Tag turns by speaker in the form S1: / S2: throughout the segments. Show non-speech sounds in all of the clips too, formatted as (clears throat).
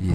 S1: 以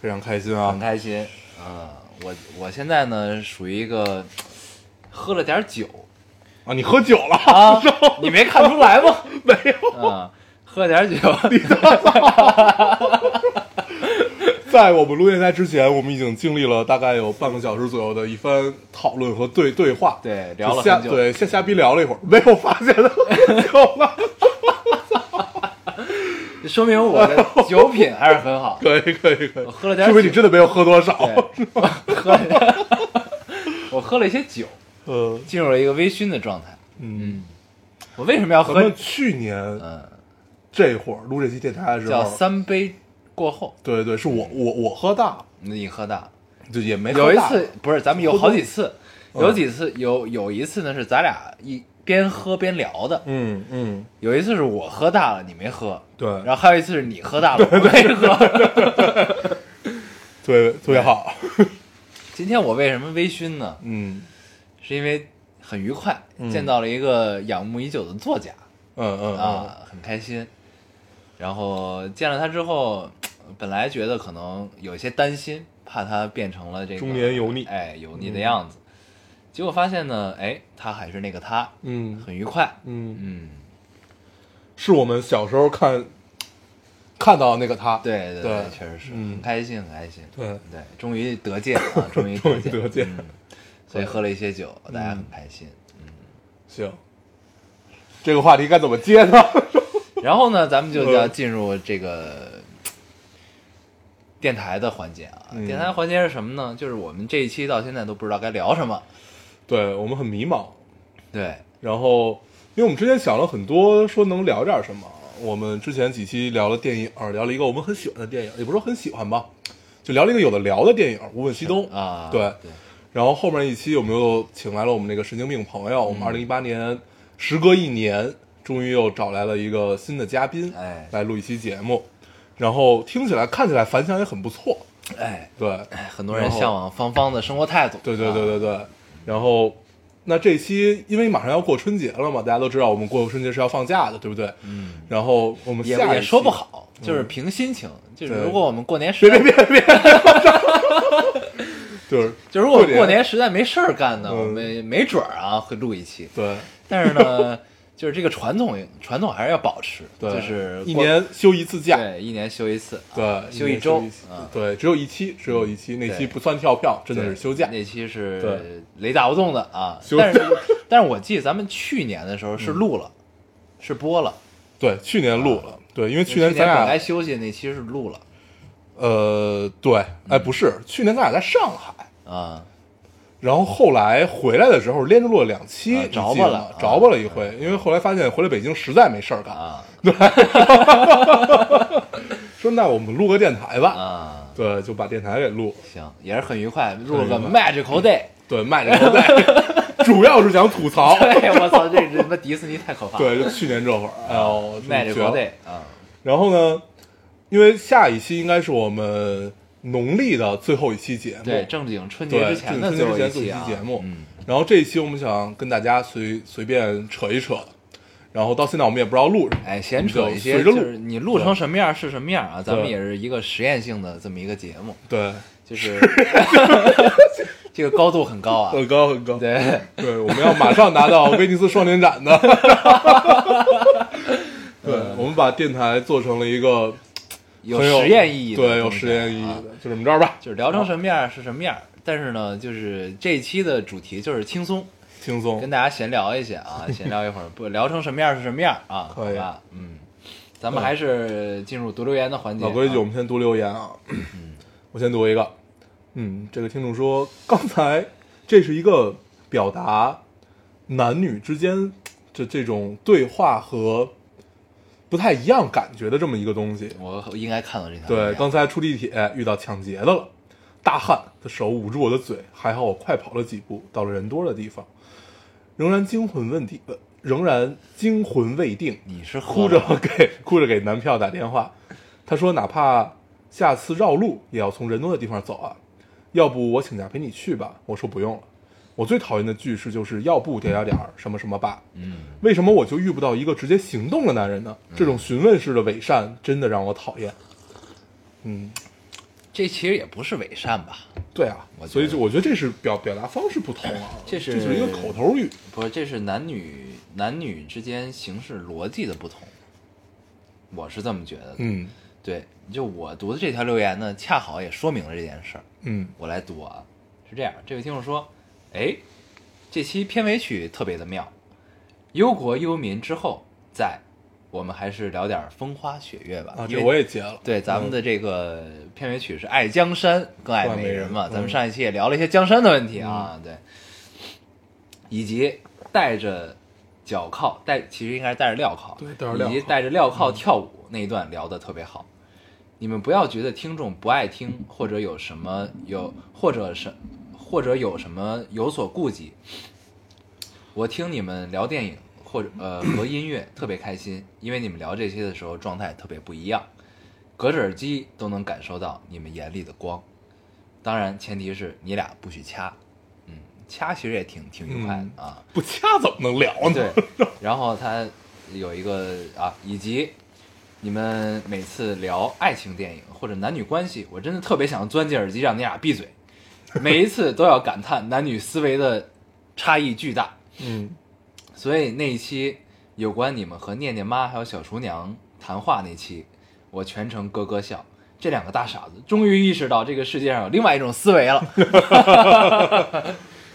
S2: 非常开心
S1: 很
S2: 啊！
S1: 开心。嗯，我我现在呢属于一个喝了点酒
S2: 啊，你喝酒了？
S1: 啊，你没看出来吗？
S2: (laughs) 没有，
S1: 嗯，喝点酒，
S2: 在我们录电台之前，我们已经经历了大概有半个小时左右的一番讨论和对对话，
S1: 对聊了
S2: 瞎
S1: 很久
S2: 对瞎瞎逼聊了一会儿，没有发现 (laughs) 他喝酒了，
S1: 说明我的酒品还是很好。
S2: 可以可以可以，
S1: 我喝了点
S2: 说明你真的没有喝多少，
S1: 对，我 (laughs) 喝了，我喝了一些酒，
S2: 呃
S1: 进入了一个微醺的状态。
S2: 嗯，
S1: 我为什么要
S2: 咱
S1: 喝？
S2: 们去年
S1: 嗯，
S2: 这会儿录这期电台的时
S1: 叫
S2: 候，
S1: 三杯过后，
S2: 对对，是我我我喝大了，
S1: 你喝大了。
S2: 就也没
S1: 有
S2: 喝
S1: 一
S2: 大
S1: 次不是，咱们有
S2: 喝
S1: 好
S2: 多嗯
S1: 几次，有几次有有一次呢是咱俩一边喝边聊的，
S2: 嗯嗯，
S1: 有一次是我喝大了，你没喝，
S2: 对
S1: 然后还有一次是你喝大了，我没喝。 (laughs)
S2: 特别特别好，
S1: 今天我为什么微醺呢？
S2: 嗯
S1: 是因为很愉快，
S2: 嗯
S1: 见到了一个仰慕已久的作家
S2: 嗯嗯嗯，
S1: 啊，很开心。然后见了他之后，本来觉得可能有些担心，怕他变成了这个
S2: 中年油腻
S1: 哎，油腻的样子。结果发现呢，哎，他还是那个他，
S2: 嗯
S1: 很愉快。
S2: 嗯。
S1: 嗯，
S2: 是我们小时候看看到那个他，嗯
S1: 对对
S2: 对
S1: 确实是，
S2: 嗯
S1: 很开心，很开心。
S2: 对
S1: 对，终于得见啊，终于得见，
S2: (laughs) 终于得见
S1: 嗯所以喝了一些酒，大家很开心。
S2: 行，这个话题该怎么接呢？ (laughs)
S1: 然后呢，咱们就
S2: 嗯
S1: 要进入这个电台的环节啊。
S2: 嗯
S1: 电台环节是什么呢？就是我们这一期到现在都不知道该聊什么。
S2: 对我们很迷茫，
S1: 对，
S2: 然后因为我们之前想了很多，说能聊点什么。我们之前几期聊了电影，聊了一个我们很喜欢的电影，也不是说很喜欢吧，就聊了一个有的聊的电影《无问西东》
S1: 啊，
S2: 对
S1: 对，
S2: 然后后面一期我们又请来了我们那个神经病朋
S1: 嗯
S2: 友，我们二零一八年时隔一年，终于又找来了一个新的嘉宾，
S1: 哎
S2: 来录一期节目，然后听起来看起来反响也很不错，
S1: 哎，
S2: 对，
S1: 哎很多人
S2: 然后
S1: 向往芳芳的生活态度。
S2: 对对
S1: 啊
S2: 对，对对，然后那这期因为马上要过春节了嘛，大家都知道我们过春节是要放假的，对不对？嗯，然后我们
S1: 也
S2: 下一
S1: 也
S2: 期嗯
S1: 说不，好，就是凭心情。就是
S2: 对
S1: 如果我们过年实
S2: 别
S1: 在
S2: 别别别， (laughs) 就是
S1: 就是如果
S2: 年
S1: 过年实在没事儿干呢，
S2: 嗯
S1: 我们没准儿啊会录一期。
S2: 对
S1: 但是呢， (laughs) 就是这个传统传统还是要保持，
S2: 对，
S1: 就是
S2: 一
S1: 过
S2: 年休一次假，
S1: 对一年休一次，啊
S2: 对，
S1: 休
S2: 一
S1: 一周
S2: 年休，
S1: 啊，
S2: 对，只有一期，只有一期，那期不算跳票，真的
S1: 对
S2: 是休假。
S1: 那期是
S2: 对
S1: 雷打不动的啊，
S2: (laughs) 休嗯
S1: 但是但是我记得咱们去年的时候是录了，是播了，
S2: 对，去年录了，对，因为去
S1: 啊年
S2: 咱
S1: 本来
S2: 俩，
S1: 休息那期是录了
S2: 呃，对，
S1: 嗯
S2: 哎，不是，去年咱俩在上海，
S1: 啊，
S2: 然后后来回来的时候连着录了两期，
S1: 啊
S2: 你记
S1: 着吧
S2: 得吗
S1: 了啊
S2: 着吧了一回，因为后来发现回来北京实在没事儿干，
S1: 啊
S2: 说那我们录个电台吧，
S1: 啊，
S2: 对，就把电台给录了，
S1: 行，也是很愉快，录了个
S2: 很愉
S1: Magical
S2: (laughs)
S1: Day，
S2: 对，卖着
S1: (laughs)
S2: 头带，主要是想吐槽，
S1: 对哎我操，这他妈迪士尼太可怕了
S2: 对，就去年这会儿，哎呦，绝了
S1: ，Magical Day 啊，
S2: 然后呢，因为下一期应该是我们农历的最后一期节目，
S1: 对，正经春节
S2: 对，
S1: 之前的
S2: 的
S1: 最后
S2: 一
S1: 期啊，
S2: 节目。
S1: 嗯，
S2: 然后这一期我们想跟大家随随便扯一扯，然后到现在我们也不知道录什么，
S1: 哎，闲扯一些，
S2: 随着录
S1: 就是你录成什么样是什么样啊，咱们
S2: 对
S1: 也是一个实验性的这么一个节目，
S2: 对，
S1: 就是
S2: (laughs)
S1: (laughs) 这个高度很高啊，
S2: 很高很高。
S1: 对，
S2: 对，我们要马上拿到威尼
S1: (laughs)
S2: 斯 (laughs) 双年展的。对，我们把电台做成了一个
S1: 嗯有
S2: (laughs) 很有
S1: 实验意义的东西啊，
S2: 对，有实验意义的，就这么着吧，
S1: 就是聊成什么样是什么样，但是呢，就是这一期的主题就是轻松，
S2: 轻松
S1: 跟。大家闲聊一些啊，闲聊一会儿，不聊成什么样是什么样啊，
S2: 可以
S1: 好吧，嗯，咱们还是进入读留言的环节，
S2: 老规矩，我
S1: 啊，
S2: 们先读留言啊。我先读一个。嗯，这个听众说，刚才这是一个表达男女之间这这种对话和不太一样感觉的这么一个东西。
S1: 我应该看到这条留言，
S2: 对，刚才出地铁遇到抢劫的了，大汉的手捂住我的嘴，还好我快跑了几步，到了人多的地方，仍然惊魂问题，呃，仍然惊魂未定，
S1: 你是喝
S2: 哭着
S1: 了
S2: 给哭着给男票打电话，他说哪怕下次绕路也要从人多的地方走啊，要不我请假陪你去吧？我说不用了。我最讨厌的句式就是要不点点点儿什么什么吧。嗯，为什么我就遇不到一个直接行动的男人呢？这种询问式的伪善真的让我讨厌。嗯，
S1: 这其实也不是伪善吧？
S2: 对啊
S1: 我觉，得
S2: 所以就我觉得这是表表达方式不同啊，
S1: 这是
S2: 是一个口头语。
S1: 不是，这是男女男女之间行事逻辑的不同，我是这么觉得的。
S2: 嗯
S1: 对，就我读的这条留言呢，恰好也说明了这件事儿。
S2: 嗯
S1: 我来读啊，是这样，这位听众说，哎，这期片尾曲特别的妙，忧国忧民之后，在我们还是聊点风花雪月吧。
S2: 啊，
S1: 因
S2: 这
S1: 为
S2: 我也结了。
S1: 对咱们的这个片尾曲是《爱江山更爱美人》嘛，
S2: 更爱美人嗯
S1: 咱们上一期也聊了一些江山的问题啊，对，以及带着脚铐，带其实应该是带着镣铐，
S2: 对带着镣铐嗯
S1: 以及带着镣铐跳舞那一段聊得特别好。你们不要觉得听众不爱听，或者有什么有，或者是或者有什么有所顾忌。我听你们聊电影或者呃和音乐特别开心，因为你们聊这些的时候状态特别不一样。隔着耳机都能感受到你们眼里的光。当然，前提是你俩不许掐。嗯，掐其实也挺挺愉快的、啊。
S2: 不掐怎么能聊 (laughs) 呢？
S1: 对，然后他有一个啊，以及你们每次聊爱情电影或者男女关系，我真的特别想钻进耳机让你俩闭嘴。每一次都要感叹男女思维的差异巨大。
S2: 嗯，
S1: 所以那一期有关你们和念念妈还有小厨娘谈话那期，我全程咯咯笑。这两个大傻子终于意识到这个世界上有另外一种思维
S2: (laughs)
S1: 了，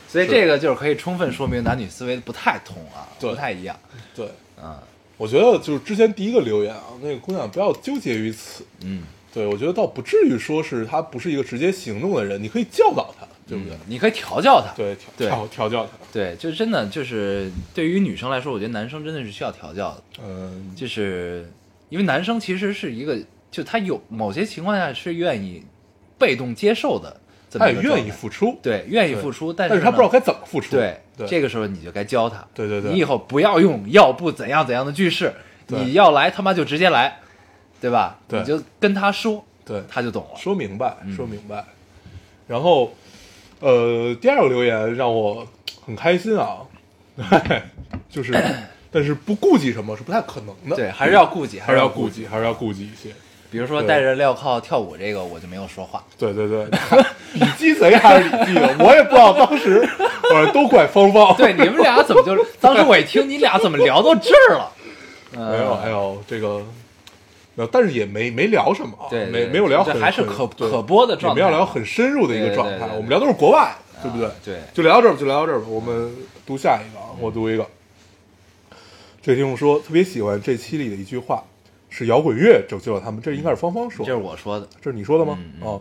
S1: 所以这个就是可以充分说明男女思维不太同啊，
S2: 对
S1: 不太一样。
S2: 对，
S1: 嗯
S2: 我觉得就是之前第一个留言啊，那个姑娘不要纠结于此。
S1: 嗯，
S2: 对，我觉得倒不至于说是她不是一个直接行动的人，你可以教导她，对不对？
S1: 你可以调教他。
S2: 对，调
S1: 嗯对
S2: 调调教她。
S1: 对，就真的就是对于女生来说，我觉得男生真的是需要调教的。
S2: 嗯，
S1: 就是因为男生其实是一个，就他有某些情况下是愿意被动接受的，这么
S2: 她
S1: 一
S2: 也
S1: 个
S2: 愿意
S1: 状态
S2: 付出，
S1: 对，愿意付出，但
S2: 但是
S1: 呢
S2: 她不知道该怎么付出。
S1: 对
S2: 对，
S1: 这个时候你就该教他，
S2: 对对对
S1: 你以后不要用要不怎样怎样的句式，
S2: 对
S1: 你要来他妈就直接来，对吧？
S2: 对
S1: 你就跟他说，
S2: 对
S1: 他就懂了。
S2: 说明白，
S1: 嗯
S2: 说明白。然后，呃，第二个留言让我很开心啊， (laughs) 就是，但是不顾忌什么是不太可能的，
S1: 对，，还是要顾忌，
S2: 还是要
S1: 顾
S2: 顾。忌，还是要顾忌一些。
S1: 比如说
S2: 对
S1: 带着镣铐跳舞这个，我就没有说
S2: (laughs)
S1: 话。
S2: 对对
S1: (laughs)
S2: 对，你鸡贼还是你鸡的，我也不知道当时，反正都怪方方。
S1: 对，你们俩怎么就？当时我一听你俩怎么聊到这儿了？嗯
S2: 没有，还有这个，没有，但是也没没聊什么啊，
S1: 对对
S2: 没
S1: 对
S2: 没有聊
S1: 这
S2: 很，
S1: 还是
S2: 很
S1: 可
S2: 对
S1: 可播的状态
S2: 也没有聊很深入的一个
S1: 对
S2: 状
S1: 对
S2: 态
S1: 对。对啊
S2: 我们聊都是国外，对不对？
S1: 对嗯
S2: 就聊到这儿吧，就聊到这儿吧。我们读下一个啊，我读一个。这听众说特别喜欢这期里的一句话，是摇滚乐拯救了他们。这应该是芳芳说
S1: 这
S2: 的，
S1: 是我说的，
S2: 这是你说的吗？
S1: 嗯
S2: 哦，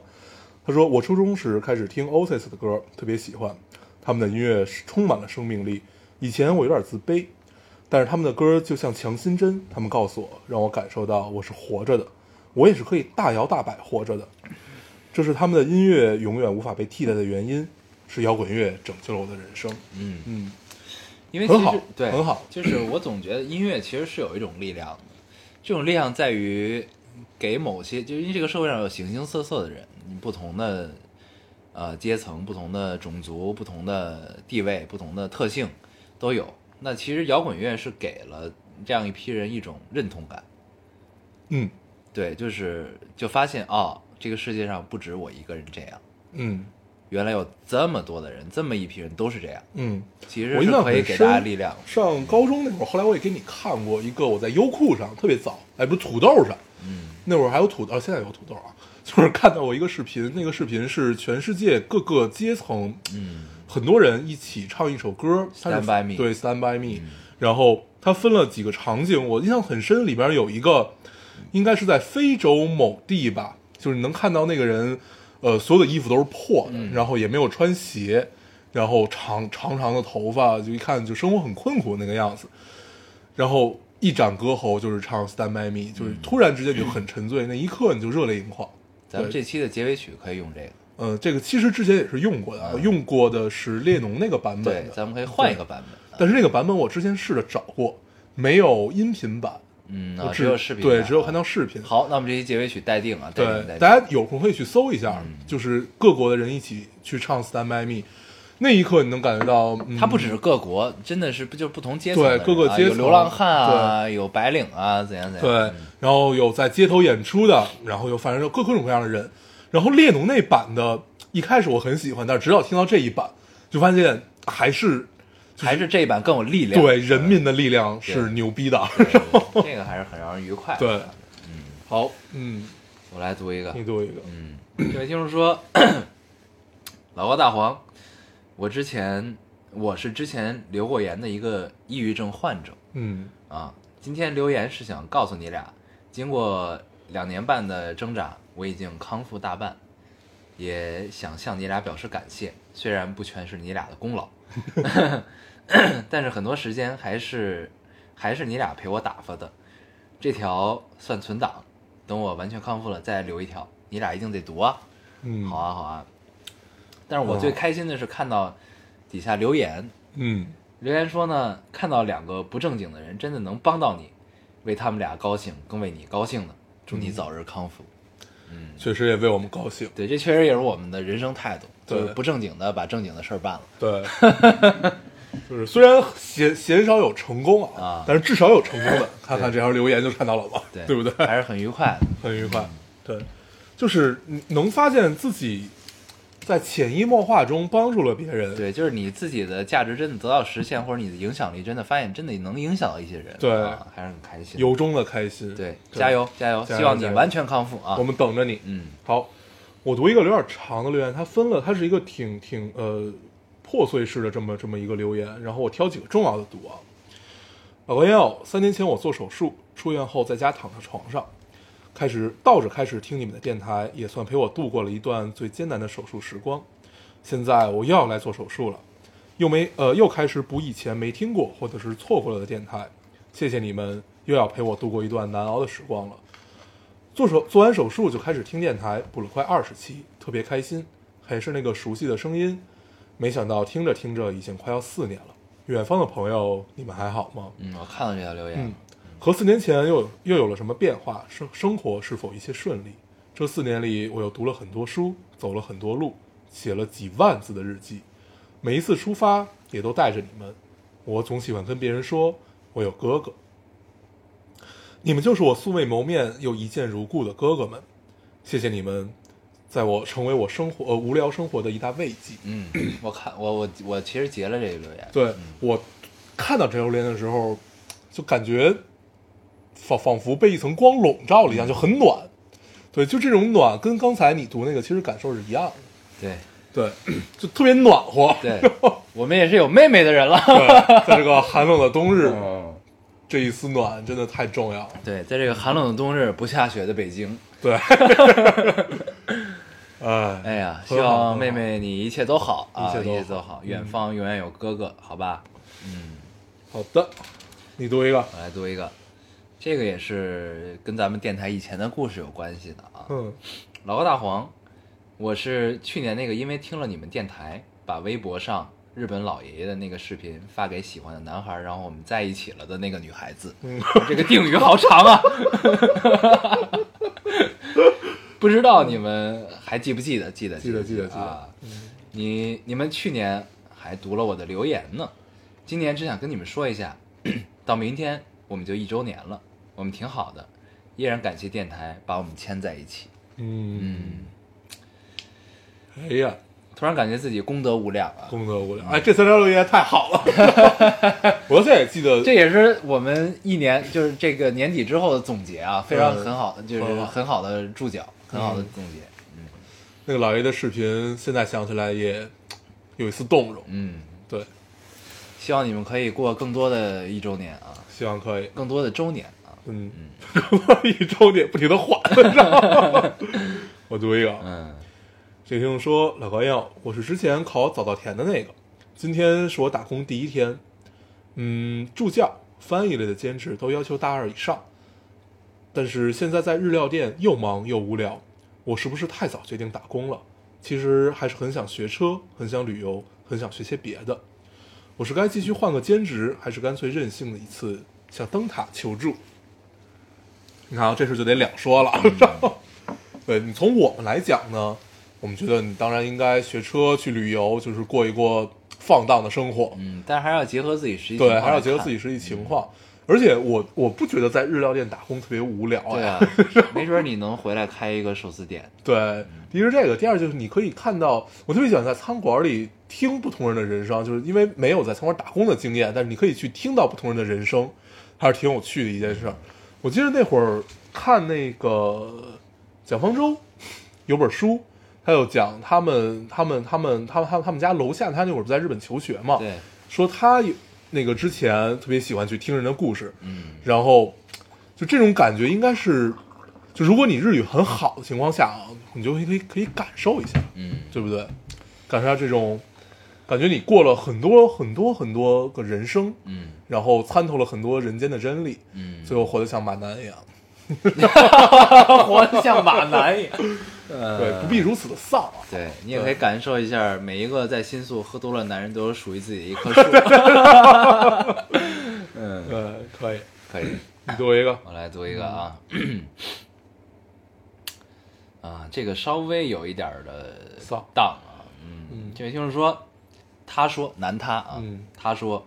S2: 他说我初中时开始听 Oasis 的歌，特别喜欢，他们的音乐是充满了生命力。以前我有点自卑，但是他们的歌就像强心针，他们告诉我，让我感受到我是活着的，我也是可以大摇大摆活着的。这是他们的音乐永远无法被替代的原因，是摇滚乐拯救了我的人生。
S1: 嗯。
S2: 嗯，
S1: 因为
S2: 很
S1: 其实
S2: 好
S1: 对，
S2: 很好
S1: 就是我总觉得音乐其实是有一种力量的，这种力量在于给某些，就是因为这个社会上有形形色色的人，不同的呃阶层、不同的种族、不同的地位、不同的特性都有。那其实摇滚乐是给了这样一批人一种认同感，
S2: 嗯
S1: 对，就是就发现哦，这个世界上不止我一个人这样，
S2: 嗯
S1: 原来有这么多的人，这么一批人都是这样，
S2: 嗯，
S1: 其实
S2: 我
S1: 是
S2: 印象
S1: 可以
S2: 很
S1: 给
S2: 深。
S1: 大家力量的。
S2: 上高中那会儿，后来我也给你看过一个，我在优酷上特别早，哎，不是土豆上，
S1: 嗯，
S2: 那会儿还有土豆，啊现在有土豆啊， (laughs) 就是看到过一个视频，那个视频是全世界各个阶层，
S1: 嗯，
S2: 很多人一起唱一首歌
S1: Stand by me 嗯
S2: 对，Stand by me，、然后它分了几个场景，我印象很深，里边有一个应该是在非洲某地吧，就是你能看到那个人，呃，所有的衣服都是破的，
S1: 嗯
S2: 然后也没有穿鞋，然后长长长的头发，就一看就生活很困苦那个样子，然后一展歌喉就是唱《Stand by
S1: 嗯
S2: Me》，就是突然之间你就很沉醉，那一刻你就热泪盈眶。
S1: 咱们
S2: 对
S1: 这期的结尾曲可以用这个，
S2: 呃，这个其实之前也是用过的，
S1: 嗯
S2: 用过的是列侬那个版本
S1: 对
S2: 的，，
S1: 咱们可以换一个版本。
S2: 但是那个版本我之前试着找过，没有音频版，
S1: 嗯，
S2: 我
S1: 啊只有视频版，
S2: 对，只有看到
S1: 啊
S2: 视频。
S1: 好，那我们这期结尾曲待定啊，待定待
S2: 对，
S1: 定。
S2: 大家有空可以去搜一下，
S1: 嗯
S2: 就是各国的人一起去唱《Stand By Me》，那一刻你能感觉到，嗯、
S1: 它不只是各国，真的是不就是不同阶层的
S2: 对
S1: 人啊，
S2: 各个阶
S1: 有
S2: 层
S1: 流浪汉啊，有白领啊，怎样怎样。
S2: 对，然后有在街头演出的，然后有反正有各各种各样的人。然后列侬那版的，一开始我很喜欢，但是直到听到这一版，就发现还是
S1: 还是这一版更有力量。
S2: 对人民的力量是
S1: 对
S2: 牛逼的。
S1: 对，对这个还是很让人愉快。
S2: (laughs) 对，
S1: 好，
S2: 嗯，
S1: 我来读一个。
S2: 你读一个，
S1: 嗯，这位听众说，老高大黄，我之前我是之前留过言的一个抑郁症患者
S2: 嗯
S1: 啊，今天留言是想告诉你俩，经过两年半的挣扎，我已经康复大半，也想向你俩表示感谢，虽然不全是你俩的功劳， (laughs) 但是很多时间还是还是你俩陪我打发的，这条算存档，等我完全康复了再留一条，你俩一定得读啊。
S2: 嗯，
S1: 好，啊，好啊。但是我最
S2: 哇
S1: 开心的是看到底下留言，
S2: 嗯
S1: 留言说呢，看到两个不正经的人真的能帮到你，为他们俩高兴，更为你高兴呢。祝你早日康复。
S2: 确实也为我们高兴。
S1: 对，这确实也是我们的人生态度，
S2: 对
S1: 就是不正经的把正经的事儿办了。
S2: 对， (laughs) 就是虽然鲜鲜少有成功
S1: 啊
S2: 但是至少有成功的。看看
S1: 对
S2: 这条留言就看到了吧，
S1: 对，嗯
S2: 不对？
S1: 还是很愉快的。
S2: (laughs) 很愉快。对，就是你能发现自己在潜移默化中帮助了别人。
S1: 对，就是你自己的价值真的得到实现，或者你的影响力真的发现真的能影响到一些人，
S2: 对
S1: 啊、还是很开心的。
S2: 由衷的开心。
S1: 对，加！油加油！
S2: 加油
S1: 希望你
S2: 加油
S1: 完全康复啊！
S2: 我们等着你。
S1: 嗯，
S2: 好，我读一个有点长的留言，它分了，它是一个挺挺呃破碎式的这么这么一个留言，然后我挑几个重要的读啊。老高烟友，三年前我做手术，出院后在家躺在床上，开始倒着开始听你们的电台，也算陪我度过了一段最艰难的手术时光。现在我又要来做手术了，又没呃又开始补以前没听过或者是错过了的电台，谢谢你们又要陪我度过一段难熬的时光了。做手做完手术就开始听电台，补了快二十期，特别开心，还是那个熟悉的声音。没想到听着听着已经快要四年了。远方的朋友，你们还好吗？
S1: 嗯，我看到这条留言了
S2: 嗯，和四年前又有又有了什么变化？生生活是否一切顺利？这四年里，我又读了很多书，走了很多路，写了几万字的日记。每一次出发，也都带着你们。我总喜欢跟别人说，我有哥哥。你们就是我素未谋面又一见如故的哥哥们。谢谢你们，在我成为我生活呃无聊生活的一大慰藉。
S1: 嗯，我看我我我其实截了这个留言，
S2: 对我看到这条留言的时候，就感觉仿仿佛被一层光笼罩了一样，就很暖。对，就这种暖，跟刚才你读那个其实感受是一样的。
S1: 对
S2: 对，就特别暖和。
S1: 对，我们也是有妹妹的人了。
S2: 对，在这个寒冷的冬日，
S1: (laughs) 嗯，
S2: 这一丝暖真的太重要了。
S1: 对，在这个寒冷的冬日不下雪的北京，
S2: 对， (laughs) 哎，
S1: 哎呀，希
S2: 嗯很好很好
S1: 望妹妹你一切都好啊，
S2: 一
S1: 一切
S2: 切都好嗯
S1: 都好，远方永远有哥哥，好吧？
S2: 好的，你读一个。
S1: 我来读一个，这个也是跟咱们电台以前的故事有关系的啊。
S2: 嗯
S1: 老高大黄，我是去年那个因为听了你们电台，把微博上日本老爷爷的那个视频发给喜欢的男孩，然后我们在一起了的那个女孩子。
S2: 嗯，
S1: 这个定语好长啊！ (laughs) 不知道你们还记不记得？记得，
S2: 记得
S1: 记
S2: 记得嗯
S1: 啊！你你们去年还读了我的留言呢，今年只想跟你们说一下， (clears throat) 到明天我们就一周年了，我们挺好的，依然感谢电台把我们牵在一起。
S2: 嗯，哎呀，
S1: 突然感觉自己功德无量啊！
S2: 功德无量。哎，这三条留言太
S1: (laughs)
S2: 好了。我现在也记得
S1: 这也是我们一年，就是这个年底之后的总结啊，非常
S2: 嗯
S1: 很好的，就是
S2: 很好
S1: 很好的注脚，很好的总结。
S2: 那个老爷的视频，现在想起来也有一丝动容。
S1: 嗯，
S2: 对，
S1: 希望你们可以过更多的一周年啊，
S2: 希望可以。
S1: 更多的周年啊。
S2: 嗯， (laughs) 一周年不停的换，你知道吗？ (laughs) 我读一个啊，
S1: 嗯
S2: 这个听众说：“老高要，我是之前考早稻田的那个，今天是我打工第一天。嗯，助教、翻译类的兼职都要求大二以上，但是现在在日料店又忙又无聊，我是不是太早决定打工了？其实还是很想学车，很想旅游，很想学些别的。我是该继续换个兼职，还是干脆任性的一次向灯塔求助？你看啊，这事就得两说了。然后，对呃你从我们来讲呢，我们觉得你当然应该学车去旅游，就是过一过放荡的生活。
S1: 嗯，但还是要结合自己实际情况
S2: 对，
S1: 来看，
S2: 还要结合自己实际情况。而且我我不觉得在日料店打工特别无聊 (laughs) 哎
S1: 对
S2: 呀、
S1: 啊，没准你能回来开一个寿司店，
S2: 对，第一是这个，第二就是你可以看到，我特别喜欢在餐馆里听不同人的人生，就是因为没有在餐馆打工的经验，但是你可以去听到不同人的人生，还是挺有趣的一件事儿。我记得那会儿看那个蒋方舟有本书，他就讲他们他们他们他们他们他们家楼下，他那会儿不在日本求学嘛，
S1: 对，
S2: 说他有那个之前特别喜欢去听人的故事，
S1: 嗯，
S2: 然后就这种感觉应该是，就如果你日语很好的情况下啊，你就可以可以可以感受一下，
S1: 嗯，
S2: 对不对？感受一下这种感觉，你过了很多很多很多个人生，
S1: 嗯，
S2: 然后参透了很多人间的真理， (laughs)
S1: 嗯，
S2: 最后活得像马男一样。
S1: 活得像马男一样，嗯
S2: 对，不必如此的丧啊。
S1: 对你也可以感受一下，每一个在新宿喝多了男人都有属于自己的一
S2: (laughs)
S1: 棵树。嗯，
S2: 对，可以，
S1: 可以，
S2: 你读一个。
S1: 我来读一个啊。啊，这个稍微有一点儿的
S2: 丧
S1: 荡啊，嗯
S2: 嗯，
S1: 这位听众说，他说男他啊，
S2: 嗯
S1: 他说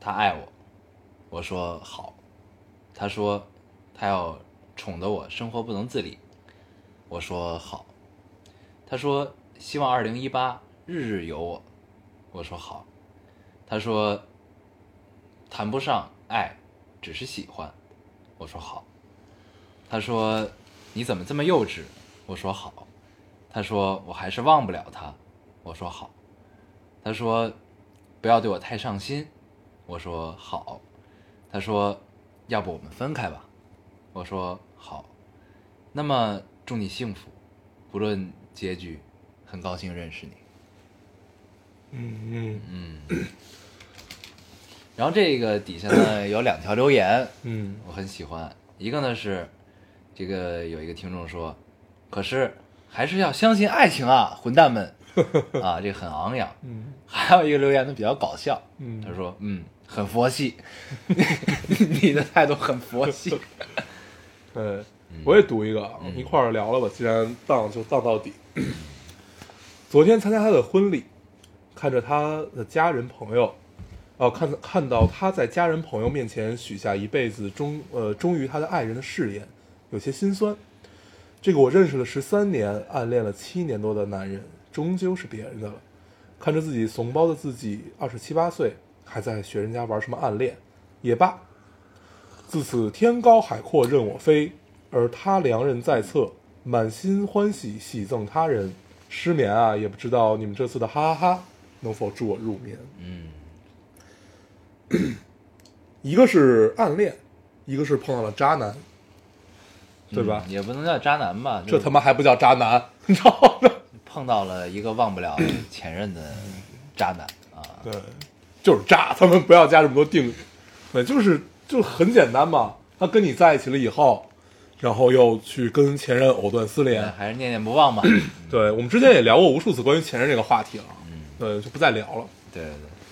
S1: 他爱我，我说好，他说他要宠得我生活不能自理，我说好，他说希望二零一八日日有我，我说好，他说谈不上爱，只是喜欢，我说好，他说你怎么这么幼稚，我说好，他说我还是忘不了他，我说好，他说不要对我太上心，我说好，他说要不我们分开吧，我说好，那么祝你幸福，不论结局，很高兴认识你。
S2: 嗯嗯
S1: 然后这个底下呢有两条留言，
S2: 嗯
S1: 我很喜欢，一个呢是这个有一个听众说，可是还是要相信爱情啊，混蛋们 (laughs) 啊，这个很昂扬。
S2: 嗯
S1: 还有一个留言呢比较搞笑，
S2: 嗯
S1: 他说嗯很佛系， (laughs) 你的态度很佛
S2: (laughs)
S1: 系，
S2: 对，嗯我也读一个，啊，一块儿聊了吧。既然荡就荡到底。昨天参加他的婚礼，看着他的家人朋友，哦、看看到他在家人朋友面前许下一辈子忠呃忠于他的爱人的誓言，有些心酸。这个我认识了十三年，暗恋了七年多的男人，终究是别人的了。看着自己怂包的自己，二十七八岁还在学人家玩什么暗恋，也罢。自此天高海阔任我飞，而他良人在侧，满心欢喜喜赠他人。失眠啊，也不知道你们这次的哈哈哈能否助我入眠。
S1: 嗯
S2: (coughs) 一个是暗恋，一个是碰到了渣男，对吧
S1: 嗯？也不能叫渣男吧，
S2: 这
S1: 就
S2: 他妈还不叫渣男，你知道吗？ (laughs)
S1: 碰到了一个忘不了前任的渣男啊，
S2: 对，就是渣，他们不要加这么多定语，对，就是就很简单嘛。他跟你在一起了以后，然后又去跟前任藕断丝连，
S1: 还是念念不忘
S2: (clears throat)
S1: 嘛。
S2: 对我们之前也聊过无数次关于前任这个话题了，对，就不再聊了。
S1: 对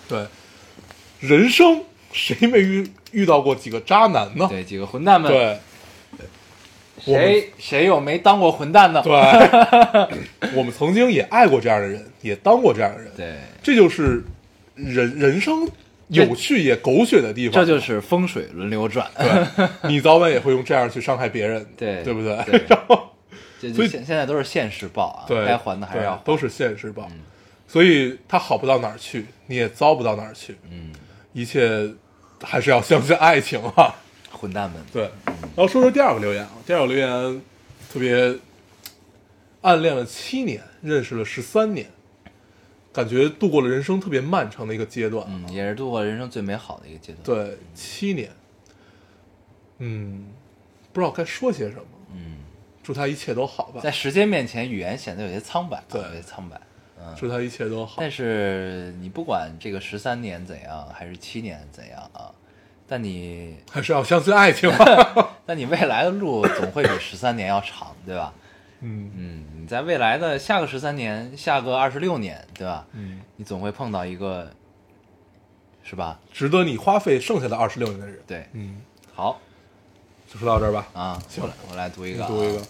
S1: 对
S2: 对，人生谁没遇遇到过几个渣男呢
S1: 对，？对几个混蛋们，
S2: 对我们
S1: 谁谁有没当过混蛋的？
S2: 对，我们曾经也爱过这样的人，也当过这样的人，
S1: 对，
S2: 这就是人人生有趣也狗血的地方。
S1: 这就是风水轮流转。
S2: 对，你早晚也会用这样去伤害别人，
S1: 对
S2: 对不对？
S1: 对
S2: (laughs) 然后
S1: 这
S2: 所
S1: 这
S2: 以
S1: 现现在都是现世报啊，
S2: 对
S1: 该还的还是
S2: 对
S1: 要还。嗯
S2: 都是现实吧。所以他好不到哪儿去，你也糟不到哪儿去，
S1: 嗯，
S2: 一切还是要相信爱情啊。
S1: 混蛋们，
S2: 对，然后说说第二个留言啊，第二个留言特别暗恋了七年，认识了十三年，感觉度过了人生特别漫长的一个阶段。
S1: 嗯，也是度过人生最美好的一个阶段。
S2: 对，七年，嗯，不知道该说些什么。
S1: 嗯，
S2: 祝他一切都好吧
S1: 在。时间面前，语言显得有些苍白啊，
S2: 对
S1: 有些苍白。
S2: 祝他一切都好。
S1: 但是你不管这个十三年怎样，还是七年怎样啊，但你 (laughs)
S2: 还是要相信爱情吧。
S1: 但你未来的路总会比十三年要长，对吧？
S2: 嗯
S1: 嗯，你在未来的下个十三年、下个二十六年，对吧？
S2: 嗯，
S1: 你总会碰到一个，是吧？
S2: 值得你花费剩下的二十六年的人。
S1: 对，
S2: 嗯，
S1: 好
S2: 就说到这儿吧。
S1: 啊，
S2: 行
S1: 我来我来读一
S2: 你
S1: 个、啊，
S2: 读一个，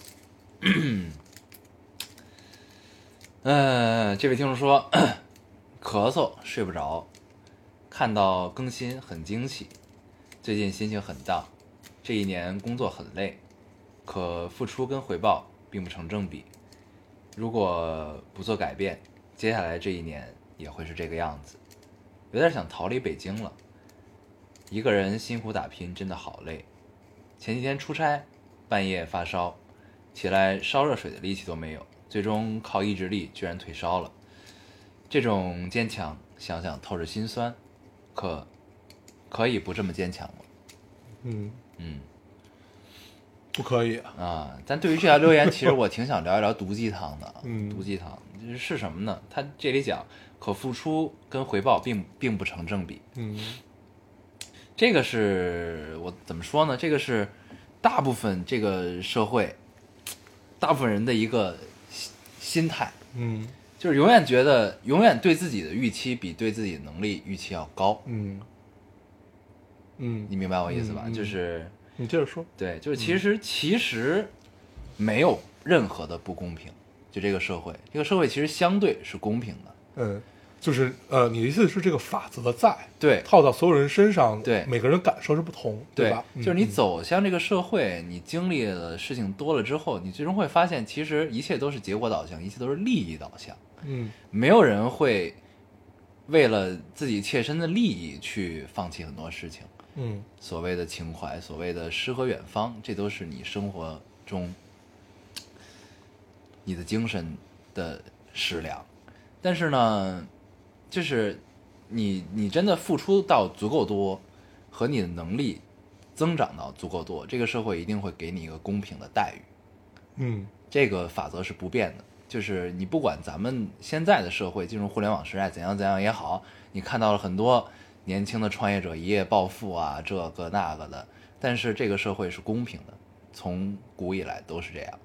S1: 嗯，这位听众说， (clears throat) 咳嗽睡不着，看到更新很惊喜，最近心情很荡，这一年工作很累，可付出跟回报并不成正比。如果不做改变，接下来这一年也会是这个样子。有点想逃离北京了，一个人辛苦打拼真的好累。前几天出差，半夜发烧，起来烧热水的力气都没有，最终靠意志力居然退烧了。这种坚强，想想透着心酸，可可以不这么坚强吗？
S2: 嗯，
S1: 嗯
S2: 不可以啊，
S1: 啊，但对于这条留言，其实我挺想聊一聊毒鸡汤的啊。
S2: 嗯
S1: 毒鸡汤是什么呢？它这里讲，可付出跟回报并并不成正比。
S2: 嗯
S1: 这个是我怎么说呢？这个是大部分这个社会，大部分人的一个心心态。
S2: 嗯
S1: 就是永远觉得，永远对自己的预期比对自己的能力预期要高，
S2: 嗯嗯，
S1: 你明白我意思吧？
S2: 嗯嗯嗯
S1: 就是
S2: 你接着说。
S1: 对，就是其实、其实没有任何的不公平，就这个社会，这个社会其实相对是公平的，
S2: 嗯，就是呃，你的意思是这个法则在
S1: 对
S2: 套到所有人身上，
S1: 对
S2: 每个人感受是不同，吧？嗯
S1: 就是你走向这个社会，你经历了事情多了之后，你最终会发现，其实一切都是结果导向，一切都是利益导向，
S2: 嗯，
S1: 没有人会为了自己切身的利益去放弃很多事情。
S2: 嗯
S1: 所谓的情怀，所谓的诗和远方，这都是你生活中你的精神的食粮。但是呢，就是你你真的付出到足够多，和你的能力增长到足够多，这个社会一定会给你一个公平的待遇。
S2: 嗯
S1: 这个法则是不变的，就是你不管咱们现在的社会进入互联网时代怎样怎样也好，你看到了很多年轻的创业者一夜暴富啊，这个那个的，但是这个社会是公平的，从古以来都是这样，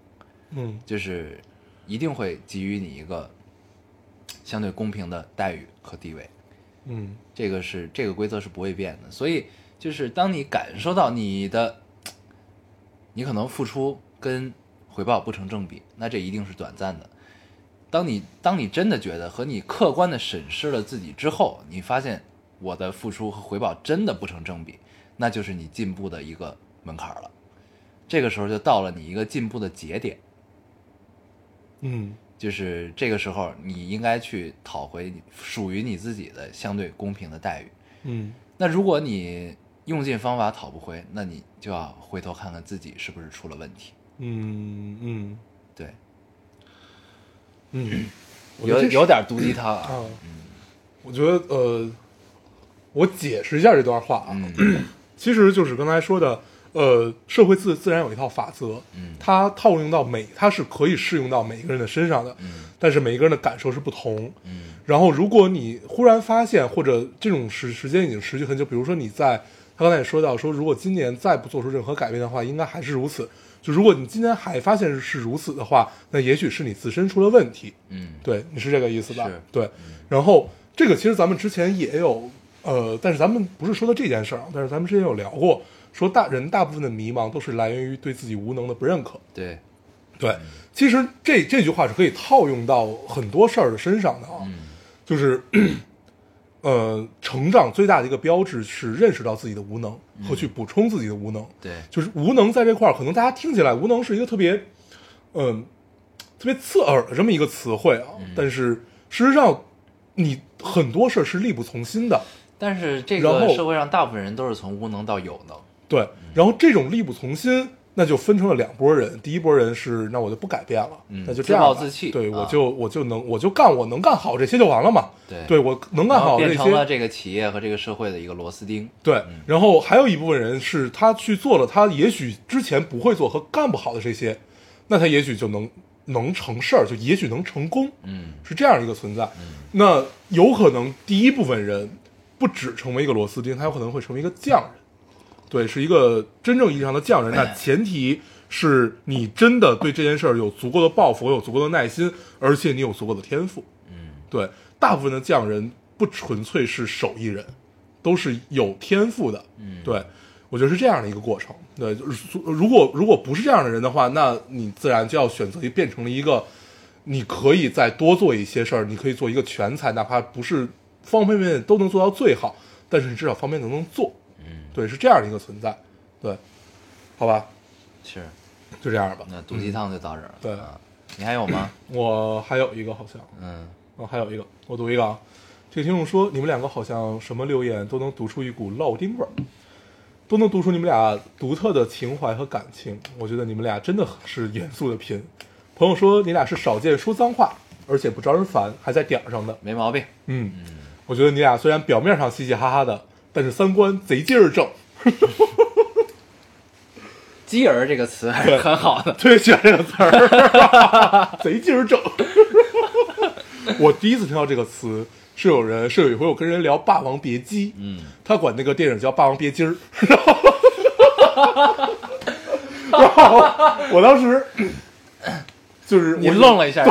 S2: 嗯
S1: 就是一定会给予你一个相对公平的待遇和地位。
S2: 嗯
S1: 这个是这个规则是不会变的。所以就是当你感受到你的，你可能付出跟回报不成正比，那这一定是短暂的。当你当你真的觉得和你客观的审视了自己之后，你发现我的付出和回报真的不成正比，那就是你进步的一个门槛了。这个时候就到了你一个进步的节点，
S2: 嗯
S1: 就是这个时候你应该去讨回你属于你自己的相对公平的待遇。
S2: 嗯
S1: 那如果你用尽方法讨不回，那你就要回头看看自己是不是出了问题。
S2: 嗯嗯
S1: 对，
S2: 嗯，我觉得
S1: 有
S2: 这是
S1: 有点毒鸡汤啊。
S2: 啊，我觉得呃，我解释一下这段话啊，
S1: 嗯
S2: (clears throat) 其实就是刚才说的，呃，社会自自然有一套法则，
S1: 嗯
S2: 它套用到每，它是可以适用到每一个人的身上的，
S1: 嗯
S2: 但是每一个人的感受是不同，
S1: 嗯
S2: 然后，如果你忽然发现，或者这种时时间已经持续很久，比如说你在他刚才也说到说，如果今年再不做出任何改变的话，应该还是如此。就如果你今年还发现是如此的话，那也许是你自身出了问题。
S1: 嗯
S2: 对，你是这个意思吧
S1: 是？
S2: 对。然后这个其实咱们之前也有，呃，但是咱们不是说的这件事儿啊，但是咱们之前有聊过，说大人大部分的迷茫都是来源于对自己无能的不认可。
S1: 对，
S2: 对，其实这这句话是可以套用到很多事儿的身上的啊。
S1: 嗯
S2: 就是 (clears throat) 呃，成长最大的一个标志是认识到自己的无能
S1: 嗯
S2: 和去补充自己的无能。
S1: 对
S2: 就是无能在这块儿，可能大家听起来无能是一个特别，嗯、特别刺耳的这么一个词汇啊，
S1: 嗯
S2: 但是事实上，你很多事儿是力不从心的。
S1: 但是这
S2: 然
S1: 个
S2: 后
S1: 社会上大部分人都是从无能到有能。
S2: 对，
S1: 嗯
S2: 然后这种力不从心，那就分成了两拨人。第一拨人是，那我就不改变了，
S1: 嗯
S2: 那就这样吧
S1: 自暴自弃
S2: 对
S1: 啊
S2: 我就我就能我就干我能干好这些就完了嘛。
S1: 对
S2: 对我能干
S1: 然后
S2: 好这
S1: 变成了
S2: 些，
S1: 这个企业和这个社会的一个螺丝钉。
S2: 对。然后还有一部分人是他去做了他也许之前不会做和干不好的这些，那他也许就能能成事儿，就也许能成功。
S1: 嗯
S2: 是这样一个存在。那有可能第一部分人不只成为一个螺哎丝钉，他有可能会成为一个匠人，对，是一个真正意义上的匠人。那前提是你真的对这件事儿有足够的抱负，有足够的耐心，而且你有足够的天赋。嗯，对，大部分的匠人不纯粹是手艺人，都是有天赋的。嗯，对，我觉得是这样的一个过程。对，如如果如果不是这样的人的话，那你自然就要选择变成了一个，你可以再多做一些事儿，你可以做一个全才，哪怕不是方方面面都能做到最好，但是你至少方面能能做。嗯，对，是这样的一个存在。对，好吧，
S1: 是，
S2: 就这样吧。
S1: 那毒鸡汤就到这儿了。
S2: 嗯对
S1: 啊，你还有吗？
S2: 我还有一个好像，
S1: 嗯，
S2: 啊，还有一个，我读一个啊。这个听众说，你们两个好像什么留言都能读出一股烙丁味儿，都能读出你们俩独特的情怀和感情。我觉得你们俩真的是严肃的拼。朋友说你俩是少见说脏话，而且不招人烦，还在点儿上的。
S1: 没毛病。
S2: 嗯，我觉得你俩虽然表面上嘻嘻哈哈的，但是三观贼劲儿正。
S1: 鸡儿这个词还是很好的。
S2: 特别喜欢这个词儿， (laughs) 贼劲儿整。我第一次听到这个词是有人是有一回我跟人聊《霸王别姬》，嗯，他管那个电影叫《霸王别姬儿》，然后，然后我当时就是
S1: 你
S2: 我
S1: 愣了一下，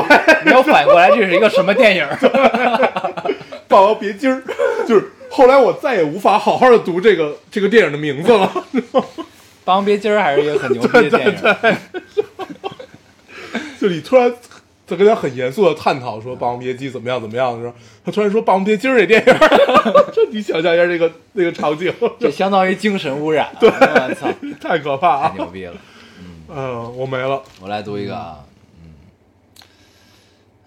S1: 没有反过来这是一个什么电影？ (laughs)
S2: 霸王别姬》，就是后来我再也无法好好的读这个这个电影的名字了。 (laughs)
S1: 《霸王别姬》还是一个很牛逼的电影。
S2: (laughs) 就你突然在跟他很严肃的探讨说《霸王别姬》怎么样怎么样的时候，他突然说《霸王别姬》这电影儿， (laughs) 这你想象一下这个那个场景，
S1: 这相当于精神污染啊。我操，
S2: 太可
S1: (laughs) 太
S2: 怕啊！
S1: 牛逼了！
S2: 嗯、我没了，
S1: 我来读一个啊，嗯，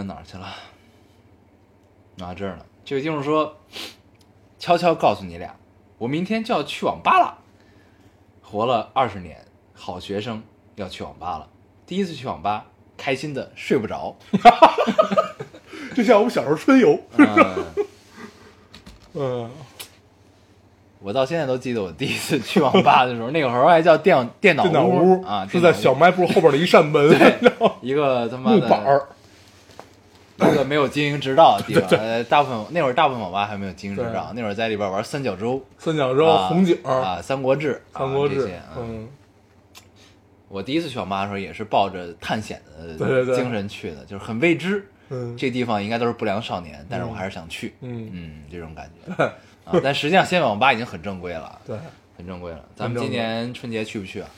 S1: 嗯，哪儿去了？啊，这儿呢。这位听众说，悄悄告诉你俩，我明天就要去网吧了。活了二十年，好学生要去网吧了。第一次去网吧，开心的睡不着。
S2: 就像我们小时候春游，
S1: 嗯，
S2: 嗯、
S1: 我到现在都记得我第一次去网吧的时候，那个时候还叫电电脑
S2: 电脑屋
S1: 啊，
S2: 是在
S1: 电脑
S2: 小
S1: 屋
S2: 卖部后边的一扇门，然后
S1: 一个他妈
S2: 木
S1: 的
S2: 板儿，
S1: 一个没有经营执照的地
S2: (laughs)
S1: 方，呃，大部分那会儿大部分网吧还没有经营执照，那会儿在里边玩三角洲、
S2: 三角洲、
S1: 啊
S2: 红警、
S1: 啊、三国志、啊
S2: 三国
S1: 这
S2: 志
S1: 些。，嗯，
S2: 嗯，
S1: 我第一次去网吧的时候也是抱着探险
S2: 对对
S1: 的
S2: 对
S1: 精神去的，就是很未知，
S2: 嗯
S1: 这地方应该都是不良少年，但是我还是想去，
S2: 嗯
S1: 嗯，这种感觉。啊，但实际上现在网吧已经很正规了，
S2: 对，
S1: 很正规了。咱
S2: 很
S1: 们
S2: 正
S1: 今年春节去不去啊？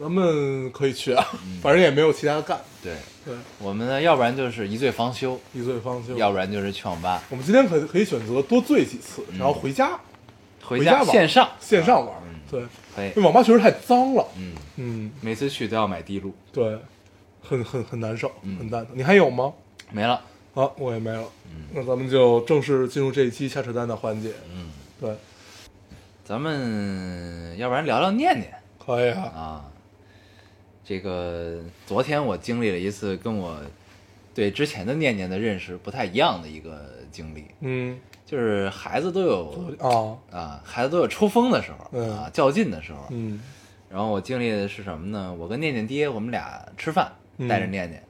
S2: 咱们可以去啊，
S1: 嗯
S2: 反正也没有其他干，
S1: 对
S2: 对，
S1: 我们呢，要不然就是一醉方休，
S2: 一醉方休。
S1: 要不然就是去网吧，
S2: 我们今天可以可以选择多醉几次，然后回家
S1: 回
S2: 回家玩
S1: 线上
S2: 线上玩，
S1: 嗯
S2: 对。
S1: 可以
S2: 因为。网吧确实太脏了，
S1: 嗯，
S2: 嗯，
S1: 每次去都要买地录，
S2: 对，很很很难受，
S1: 嗯
S2: 很蛋疼。你还有吗？
S1: 没了。
S2: 啊，我也没了。
S1: 嗯
S2: 那咱们就正式进入这一期下扯淡的环节。嗯，对，
S1: 咱们要不然聊聊念念
S2: 可以啊。
S1: 啊。这个昨天我经历了一次跟我对之前的念念的认识不太一样的一个经历，
S2: 嗯，
S1: 就是孩子都有
S2: 啊，
S1: 啊，孩子都有抽风的时候
S2: 嗯
S1: 啊，较劲的时候。
S2: 嗯
S1: 然后我经历的是什么呢？我跟念念爹，我们俩吃饭，
S2: 嗯
S1: 带着念念，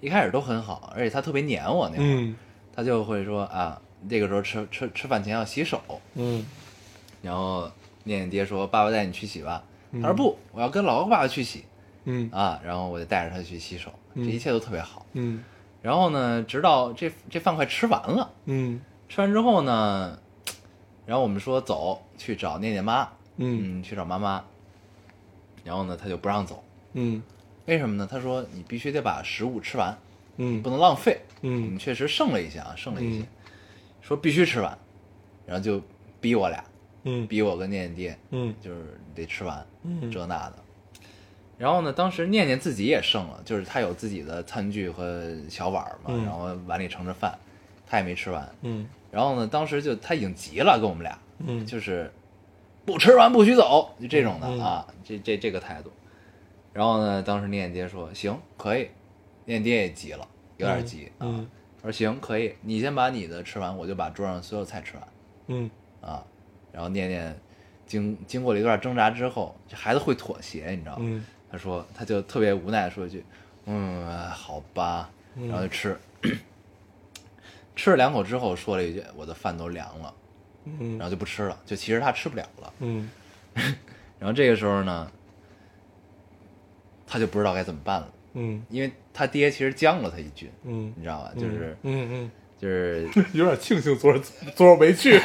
S1: 一开始都很好，而且他特别黏我那会儿，
S2: 嗯
S1: 他就会说啊，这个时候吃吃吃饭前要洗手，
S2: 嗯
S1: 然后念念爹说：“爸爸带你去洗吧。”他说：“不，我要跟老高爸爸去洗
S2: 嗯
S1: 啊。”然后我就带着他去洗手，这一切都特别好。
S2: 嗯
S1: 然后呢，直到这这饭快吃完了，
S2: 嗯
S1: 吃完之后呢，然后我们说走去找念念妈，
S2: 嗯
S1: 嗯，去找妈妈。然后呢，他就不让走，
S2: 嗯
S1: 为什么呢？他说：“你必须得把食物吃完，
S2: 嗯
S1: 不能浪费。”我们
S2: 嗯
S1: 确实剩了一些啊，剩了一些
S2: 嗯，
S1: 说必须吃完，然后就逼我俩，
S2: 嗯
S1: 逼我跟念念爹，
S2: 嗯
S1: 就是得吃完，
S2: 嗯
S1: 这那的。然后呢，当时念念自己也剩了，就是她有自己的餐具和小碗儿嘛，
S2: 嗯
S1: 然后碗里盛着饭，她也没吃完。
S2: 嗯
S1: 然后呢，当时就她已经急了，跟我们俩，
S2: 嗯，
S1: 就是不吃完不许走，就这种的、
S2: 嗯嗯
S1: 啊，这这这个态度。然后呢，当时念念爹说行可以，念念爹也急了，有点急、啊
S2: 嗯，
S1: 说行可以，你先把你的吃完，我就把桌上所有菜吃完。
S2: 嗯
S1: 啊，然后念念经经过了一段挣扎之后，这孩子会妥协，你知道吗？
S2: 嗯
S1: 他说他就特别无奈地说一句，嗯，好吧，
S2: 嗯
S1: 然后就吃， (clears throat) 吃了两口之后说了一句，我的饭都凉了，然
S2: 嗯
S1: 后就不吃了，就其实他吃不了了。
S2: 嗯
S1: 然后这个时候呢，他就不知道该怎么办了，
S2: 嗯
S1: 因为他爹其实将了他一军，
S2: 嗯
S1: 你知道吧？
S2: 嗯
S1: 就是
S2: 嗯
S1: 就是， (laughs)
S2: 嗯，有点庆幸昨儿昨儿没去，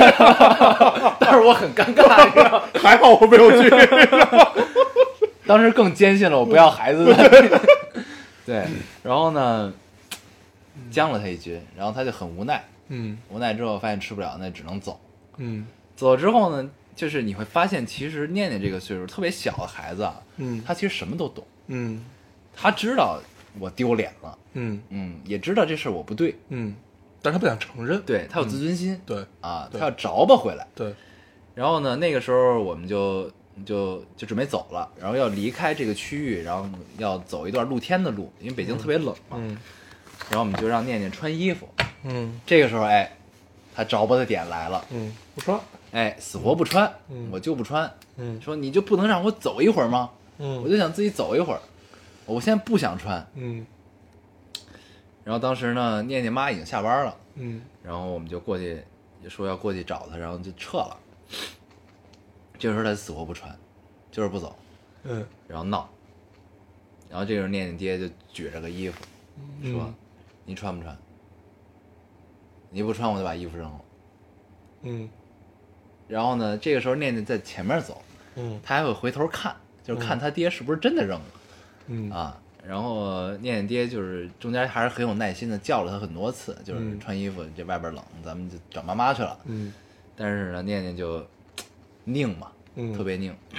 S1: 但是我很尴尬，你知
S2: (laughs)
S1: 道吗
S2: 还好我没有去。
S1: (laughs) 当时更坚信了我不要孩子的， (laughs) 对，然后呢，将了他一军，然后他就很无奈，
S2: 嗯
S1: 无奈之后发现吃不了，那只能走。
S2: 嗯
S1: 走了之后呢，就是你会发现，其实念念这个岁数特别小的孩子啊，
S2: 嗯
S1: 他其实什么都懂，
S2: 嗯
S1: 他知道我丢脸了，
S2: 嗯
S1: 嗯，也知道这事儿我不对，
S2: 嗯，但是他不想承认。
S1: 对他有自尊心，
S2: 嗯对
S1: 啊，他
S2: 对
S1: 要着吧回来。
S2: 对，
S1: 然后呢，那个时候我们就就就准备走了，然后要离开这个区域，然后要走一段露天的路，因为北京特别冷嘛。
S2: 嗯
S1: 然后我们就让念念穿衣服。
S2: 嗯
S1: 这个时候，哎，他着吧的点来了，
S2: 嗯，不说。
S1: 哎，死活不穿，
S2: 嗯
S1: 我就不穿。
S2: 嗯
S1: 说你就不能让我走一会儿吗？
S2: 嗯，
S1: 我就想自己走一会儿，我现在不想穿。
S2: 嗯
S1: 然后当时呢，念念妈已经下班了，
S2: 嗯
S1: 然后我们就过去，就说要过去找她，然后就撤了。这个时候她死活不穿，就是不走，
S2: 嗯，
S1: 然后闹。然后这时候念念爹就举着个衣服说：“你穿不穿？你不穿我就把衣服扔了。
S2: 嗯”
S1: 然后呢，这个时候念念在前面走，
S2: 嗯
S1: 她还会回头看，就是看她爹是不是真的扔了。
S2: 嗯
S1: 啊，然后念念爹就是中间还是很有耐心的叫了他很多次，就是
S2: 嗯
S1: 穿衣服，这外边冷，咱们就找妈妈去了。
S2: 嗯
S1: 但是呢，念念就嗯拧嘛，
S2: 嗯
S1: 特别拧， (clears throat)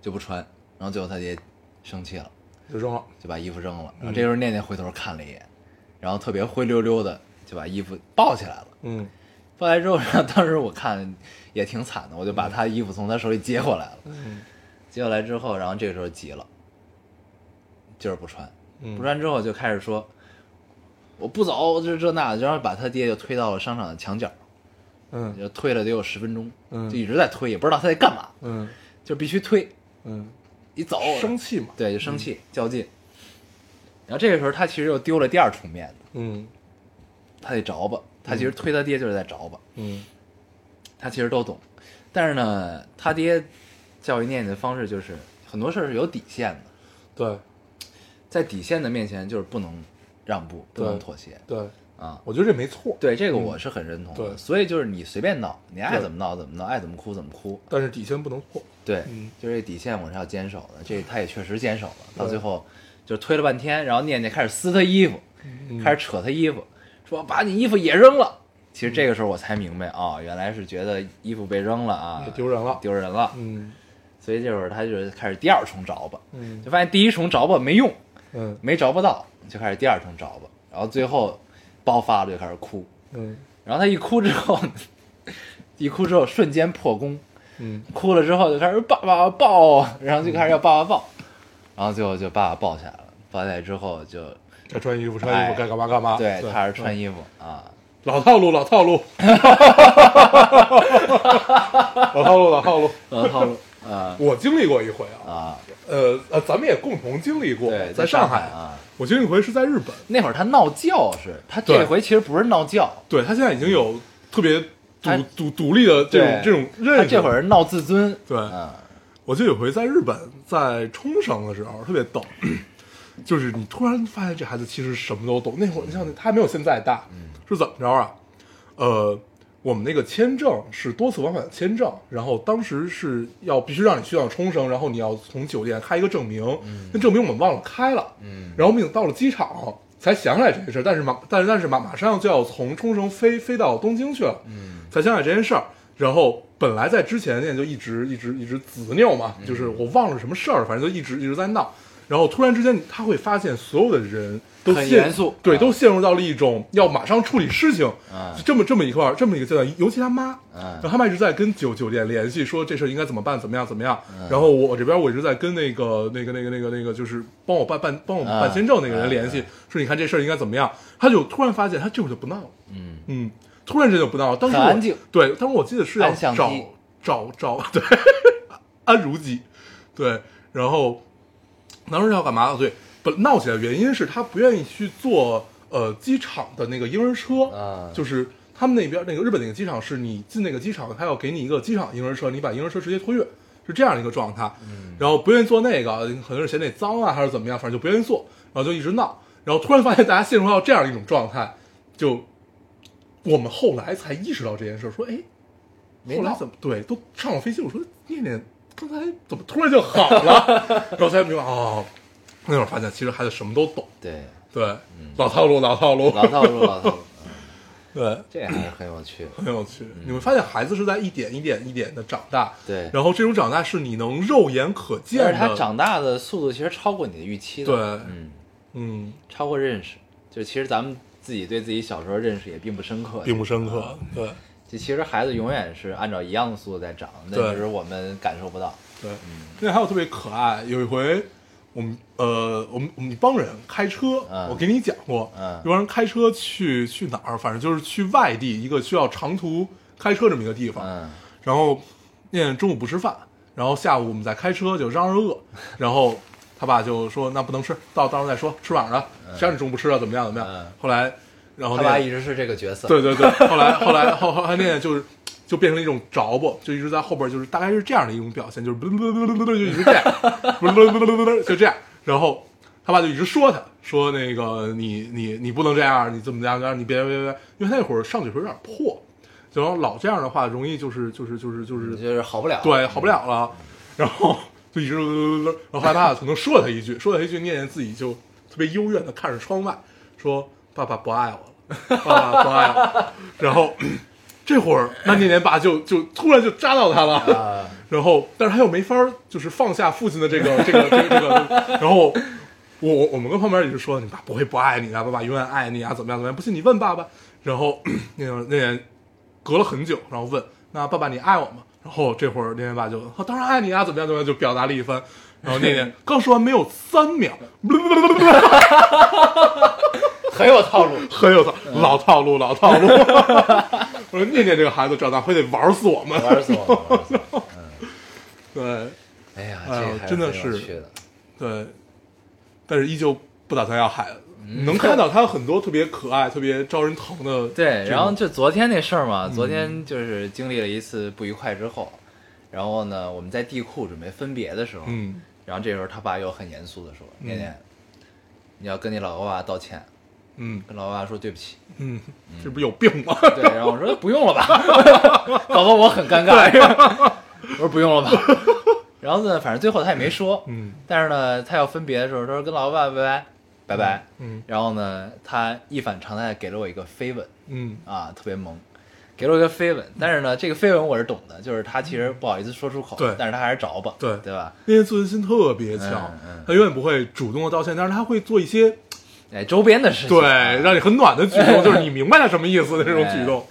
S1: 就不穿。然后最后他爹生气了，
S2: 就扔了。
S1: 就把衣服扔了。
S2: 嗯
S1: 然后这时候念念回头看了一眼，然后特别灰溜溜的就把衣服抱起来了。
S2: 嗯
S1: 抱起来之后，然后当时我看也挺惨的，我就把他衣服从他手里接过来了。
S2: 嗯
S1: 接过来之后，然后这个时候急了，就是不穿，
S2: 嗯
S1: 不穿之后就开始说我不走，这这那的，然后把他爹就推到了商场的墙角，
S2: 嗯
S1: 就推了得有十分钟，
S2: 嗯
S1: 就一直在推，也不知道他在干嘛，
S2: 嗯
S1: 就必须推，
S2: 嗯，
S1: 一走
S2: 生气嗯嘛。
S1: 对就生气、较劲，然后这个时候他其实又丢了第二重面子，
S2: 嗯
S1: 他得着吧，他其实推他爹就是在着吧，
S2: 嗯
S1: 他其实都懂，但是呢，他爹教育念念的方式就是很多事儿是有底线的。
S2: 对
S1: 在底线的面前就是不能让步，不
S2: 对
S1: 能妥协
S2: 对，
S1: 啊。
S2: 我觉得这没错。
S1: 对这个我是很认同的，
S2: 嗯对
S1: 所以就是你随便闹，你爱
S2: 对
S1: 怎么闹怎么闹，爱怎么哭怎么哭，
S2: 但是底线不能破。
S1: 对，
S2: 嗯
S1: 就是这底线我是要坚守的，这他也确实坚守了，到最后就推了半天，然后念念开始撕他衣服，
S2: 嗯
S1: 开始扯他衣服，说把你衣服也扔了。其实这个时候我才明白啊、原来是觉得衣服被扔了啊，
S2: 嗯也丢人了
S1: 丢人了，
S2: 嗯
S1: 所以这会儿他就开始第二重着吧，
S2: 嗯
S1: 就发现第一重着吧没用，
S2: 嗯
S1: 没着不到，就开始第二重着吧，然后最后爆发了就开始哭，
S2: 嗯
S1: 然后他一哭之后， (laughs) 一哭之后瞬间破功，
S2: 嗯
S1: 哭了之后就开始爸爸抱我，然后就开始要爸爸抱，然后最后就爸爸抱起来了，抱起来之后就
S2: 该穿衣服穿衣服，该干嘛干嘛。
S1: 哎对他是穿
S2: 衣，
S1: 衣服啊，
S2: 老套路老套
S1: (laughs)
S2: 路，老套路老呃套路。
S1: 然后套路啊
S2: 我经历过一回
S1: (laughs)
S2: 啊，
S1: 啊，
S2: 呃呃，咱们也共同经历过，
S1: 对，
S2: 在
S1: 上
S2: 海。
S1: 啊，
S2: 我经历一回是在日本，
S1: 那会儿他闹觉是，他这
S2: 对
S1: 回其实不是闹觉，
S2: 对他现在已经有特别独
S1: 他
S2: 独独立的这
S1: 哎对
S2: 种这种认
S1: 他
S2: 识。
S1: 这会儿闹自尊，
S2: 对
S1: 嗯
S2: 我记得有回在日本，在冲绳的时候特别逗，就是你突然发现这孩子其实什么都懂。那会儿你像他还没有现在大，是怎么着啊？呃，我们那个签证是多次往返的签证，然后当时是要必须让你去到冲绳，然后你要从酒店开一个证明，那证明我们忘了开了，
S1: 嗯
S2: 然后我们已经到了机场。才想起来这件事儿，但是马但是但是马马上就要从冲绳飞飞到东京去了，
S1: 嗯
S2: 才想起来这件事儿。然后本来在之前念就一直一直一直执拗嘛，
S1: 嗯
S2: 就是我忘了什么事儿，反正就一直一直在闹。然后突然之间，他会发现所有的人都
S1: 很
S2: 陷
S1: 严肃
S2: 对，
S1: 啊
S2: 都陷入到了一种要马上处理事情，
S1: 嗯
S2: 就这么这么一块儿这么一个阶段。尤其他妈，
S1: 嗯
S2: 然后他妈一直在跟酒酒店联系，说这事儿应该怎么办，怎么样，怎么样。然后我这边我一直在跟那个那个那个那个那个，就是帮我办办帮我
S1: 嗯
S2: 办签证那个人
S1: 嗯
S2: 联系，说你看这事儿应该怎么样。他就突然发现，他这会儿就不闹了。
S1: 嗯，
S2: 嗯，突然之间就不闹了。当时
S1: 很
S2: 我
S1: 安静
S2: 对，当时我记得是要
S1: 按相
S2: 找
S1: 机
S2: 找找对安如鸡，对，然后当时要干嘛？对，本闹起来的原因是他不愿意去坐呃机场的那个婴儿车，
S1: 啊
S2: 就是他们那边那个日本那个机场是你进那个机场，他要给你一个机场婴儿车，你把婴儿车直接托运。是这样的一个状态。
S1: 嗯
S2: 然后不愿意做那个，可能是嫌那脏啊，还是怎么样，反正就不愿意做，然后就一直闹。然后突然发现大家陷入到这样一种状态，就我们后来才意识到这件事，说哎，
S1: 没
S2: 后来
S1: 闹
S2: 怎么对都上了飞机？我说哎念念刚才怎么突然就好了？
S1: (laughs)
S2: 然后才明白哦，那会儿发现其实孩子什么都懂。
S1: 对，
S2: 对，老套路，老套路，
S1: 嗯老套
S2: (laughs)
S1: 路，老套路，嗯
S2: 对，
S1: 这还是很有趣。
S2: 很有趣。你会发现孩子是在一点一点一点的长大，
S1: 嗯对
S2: 然后这种长大是你能肉眼可见
S1: 但
S2: 的。
S1: 是他长大的速度其实超过你的预期的，
S2: 对
S1: 嗯，
S2: 嗯，
S1: 超过认识。就其实咱们自己对自己小时候认识也并不深刻，
S2: 并不深刻。对
S1: 就其实孩子永远是按照一样的速度在长，但
S2: 对
S1: 只是我们感受不到。
S2: 对，
S1: 嗯
S2: 那还有特别可爱，有一回。我们呃，我们我们一帮人开车，
S1: 嗯
S2: 我给你讲过，
S1: 嗯
S2: 一帮人开车去去哪儿，反正就是去外地一个需要长途开车这么一个地方，
S1: 嗯，
S2: 然后念念中午不吃饭，然后下午我们再开车就嚷嚷
S1: (laughs)
S2: 饿，然后他爸就说那不能吃，到到时候再说，吃晚上了，谁让你中午不吃啊？怎么样怎么样？
S1: 嗯
S2: 后来，然后
S1: 他爸
S2: 念
S1: 一直是这个角色，
S2: 对对对，后来后来后后来念念就是。就变成了一种着不，就一直在后边，就是大概是这样的一种表现，就是就一直这样，就这样。然后他爸就一直说他，说那个你你你不能这样，你怎么样？你别别别，因为他那会儿上嘴唇有点破，然后老这样的话，容易就是就是就是就是
S1: 就是好不了。
S2: 对，好不了了。然后就一直，然后后来爸爸可能说了他一句，说了他一句，念念自己就特别幽怨的看着窗外，说：“爸爸不爱我了，爸爸不爱我了。”然后这会儿，那念念爸就就突然就扎到他了，然后但是他又没法儿就是放下父亲的这个这个这个这个，然后。我我我们跟旁边也是说，你爸不会不爱你啊，爸爸永远爱你啊，怎么样怎么样？不信你问爸爸。然后 (clears throat) 那个那个隔了很久，然后问：“那爸爸你爱我吗？”然后这会儿念念爸就：“哦、当然爱你啊，怎么样怎么样？”就表达了一番。然后念念刚说完没有三秒，
S1: 很有套路。
S2: 很有套老套路，老套路。我说念念这个孩子长大会得玩死我们。
S1: 玩死我了！玩死
S2: (laughs)
S1: 我了
S2: 对
S1: 哎呀，
S2: 哎呦
S1: 这还
S2: 真的
S1: 很有
S2: 是
S1: 趣的。
S2: 对，但是依旧不打算要孩子。能看到他有很多特别可爱、特别招人疼的。
S1: 对，
S2: 这
S1: 然后
S2: 种嗯
S1: 就昨天那事儿嘛，昨天就是经历了一次不愉快之后，然后呢，我们在地库准备分别的时候，
S2: 嗯
S1: 然后这时候他爸又很严肃的说：“念念，你要跟你老爸道歉，
S2: 嗯
S1: 跟老爸说对不起。
S2: 嗯，这不是有病吗？”
S1: 对，然后我说不用了吧，搞得我很尴尬。我说不用了吧，然后呢，反正最后他也没说，
S2: 嗯
S1: 但是呢，他要分别的时候，他说跟老爸拜拜，拜拜。
S2: 嗯
S1: 然后呢，他一反常态地给了我一个飞吻，
S2: 嗯
S1: 啊，特别萌，给了我一个飞吻。但是呢，这个飞吻我是懂的，就是他其实不好意思说出口，
S2: 对
S1: 但是他还是着吧，
S2: 对
S1: 对吧？
S2: 那些自尊心特别强，
S1: 嗯嗯
S2: 他永远不会主动的道歉，但是他会做一些
S1: 哎，周边的事情，
S2: 对
S1: 哎
S2: 让你很暖的举
S1: (laughs)
S2: 动，就是你明白他什么意思的这种举动，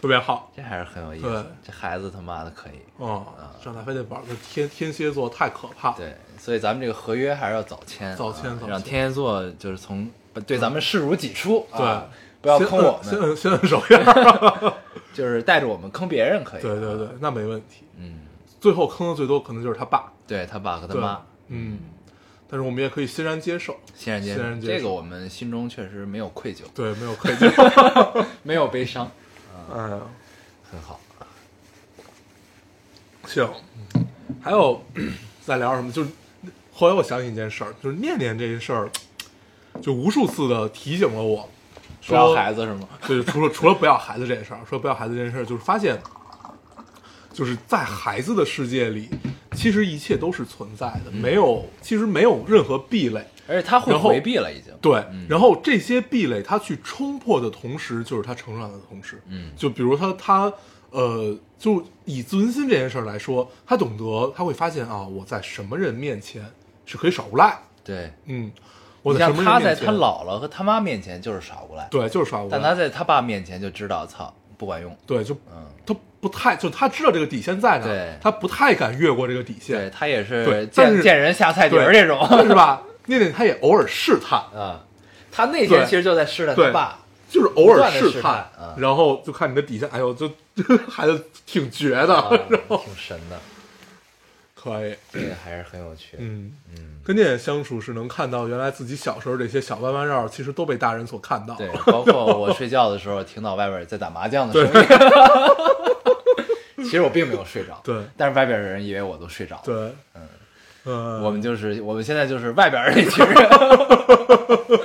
S2: 特别好。
S1: 这还是很有意
S2: 对
S1: 思。这孩子他妈的可以，
S2: 哦，上大非得玩个天天蝎座太可怕了。
S1: 嗯对，所以咱们这个合约还是要早签，
S2: 早签
S1: 啊
S2: 早签
S1: 让天蝎座就是从不对咱们视如己出，啊
S2: 对呃
S1: 不要
S2: 先
S1: 坑我
S2: 摁先
S1: 们，
S2: 摁先摁手印
S1: (laughs)
S2: 儿。
S1: 就是带着我们坑别人可以，啊
S2: 对对对，那没问题。
S1: 嗯，
S2: 最后坑的最多可能就是他爸，
S1: 对他爸和他
S2: 对
S1: 妈。，
S2: 嗯，但是我们也可以欣然接受，
S1: 欣然接
S2: 欣然
S1: 受，
S2: 接受
S1: 这个我们心中确实没有愧疚，
S2: 对，没有愧疚。
S1: (laughs) 没有悲伤，
S2: 哎呀，
S1: 很好。
S2: 行，还有 (clears throat) 在聊什么？就是后来我想起一件事儿，就是念念这事儿，就无数次的提醒了我，
S1: 不要
S2: 说
S1: 孩子是吗？
S2: 就是除了除了不要孩子这件事儿，说不要孩子这件事儿，就是发现，就是在孩子的世界里，其实一切都是存在的，
S1: 嗯
S2: 没有其实没有任何壁垒。
S1: 而且他会
S2: 然后
S1: 回避了，已经。
S2: 对，然后这些壁垒他去冲破的同时，就是他成长的同时。
S1: 嗯
S2: 就比如他他呃，就以自尊心这件事儿来说，他懂得他会发现啊，我在什么人面前是可以耍无赖。
S1: 对，
S2: 嗯，我
S1: 你
S2: 在什
S1: 像
S2: 么人面
S1: 他
S2: 前
S1: 在他姥姥和他妈面前就是耍无赖，
S2: 对就是耍无赖，
S1: 但他在他爸面前就知道，操，不管用。
S2: 对就
S1: 嗯，
S2: 他不太就他知道这个底线在哪儿，
S1: 对
S2: 他不太敢越过这个底
S1: 对
S2: 线，
S1: 他也是
S2: 对但
S1: 见
S2: 是
S1: 见人下菜碟儿这种
S2: 是吧？念念他也偶尔试 (laughs) 探，
S1: (laughs) 啊。他那天
S2: 对
S1: 其实就在试探他
S2: 对
S1: 爸，
S2: 就是偶尔
S1: 不断地试
S2: 试
S1: 探嗯
S2: 然后就看你的底线。哎呦，就 (laughs) 孩子挺绝的，
S1: 啊
S2: 然后
S1: 挺神的，
S2: 可以，
S1: 这个还是很有趣。
S2: 嗯嗯，跟念念相处是能看到原来自己小时候这些小弯弯绕，其实都被大人所看到。
S1: 对，包括我睡觉的时候听到外边在打麻将的声音， (laughs) 其实我并没有睡着，
S2: 对
S1: 但是外边的人以为我都睡着了。
S2: 对，嗯，呃，
S1: 我们就是我们现在就是外边儿那 (laughs) 群人，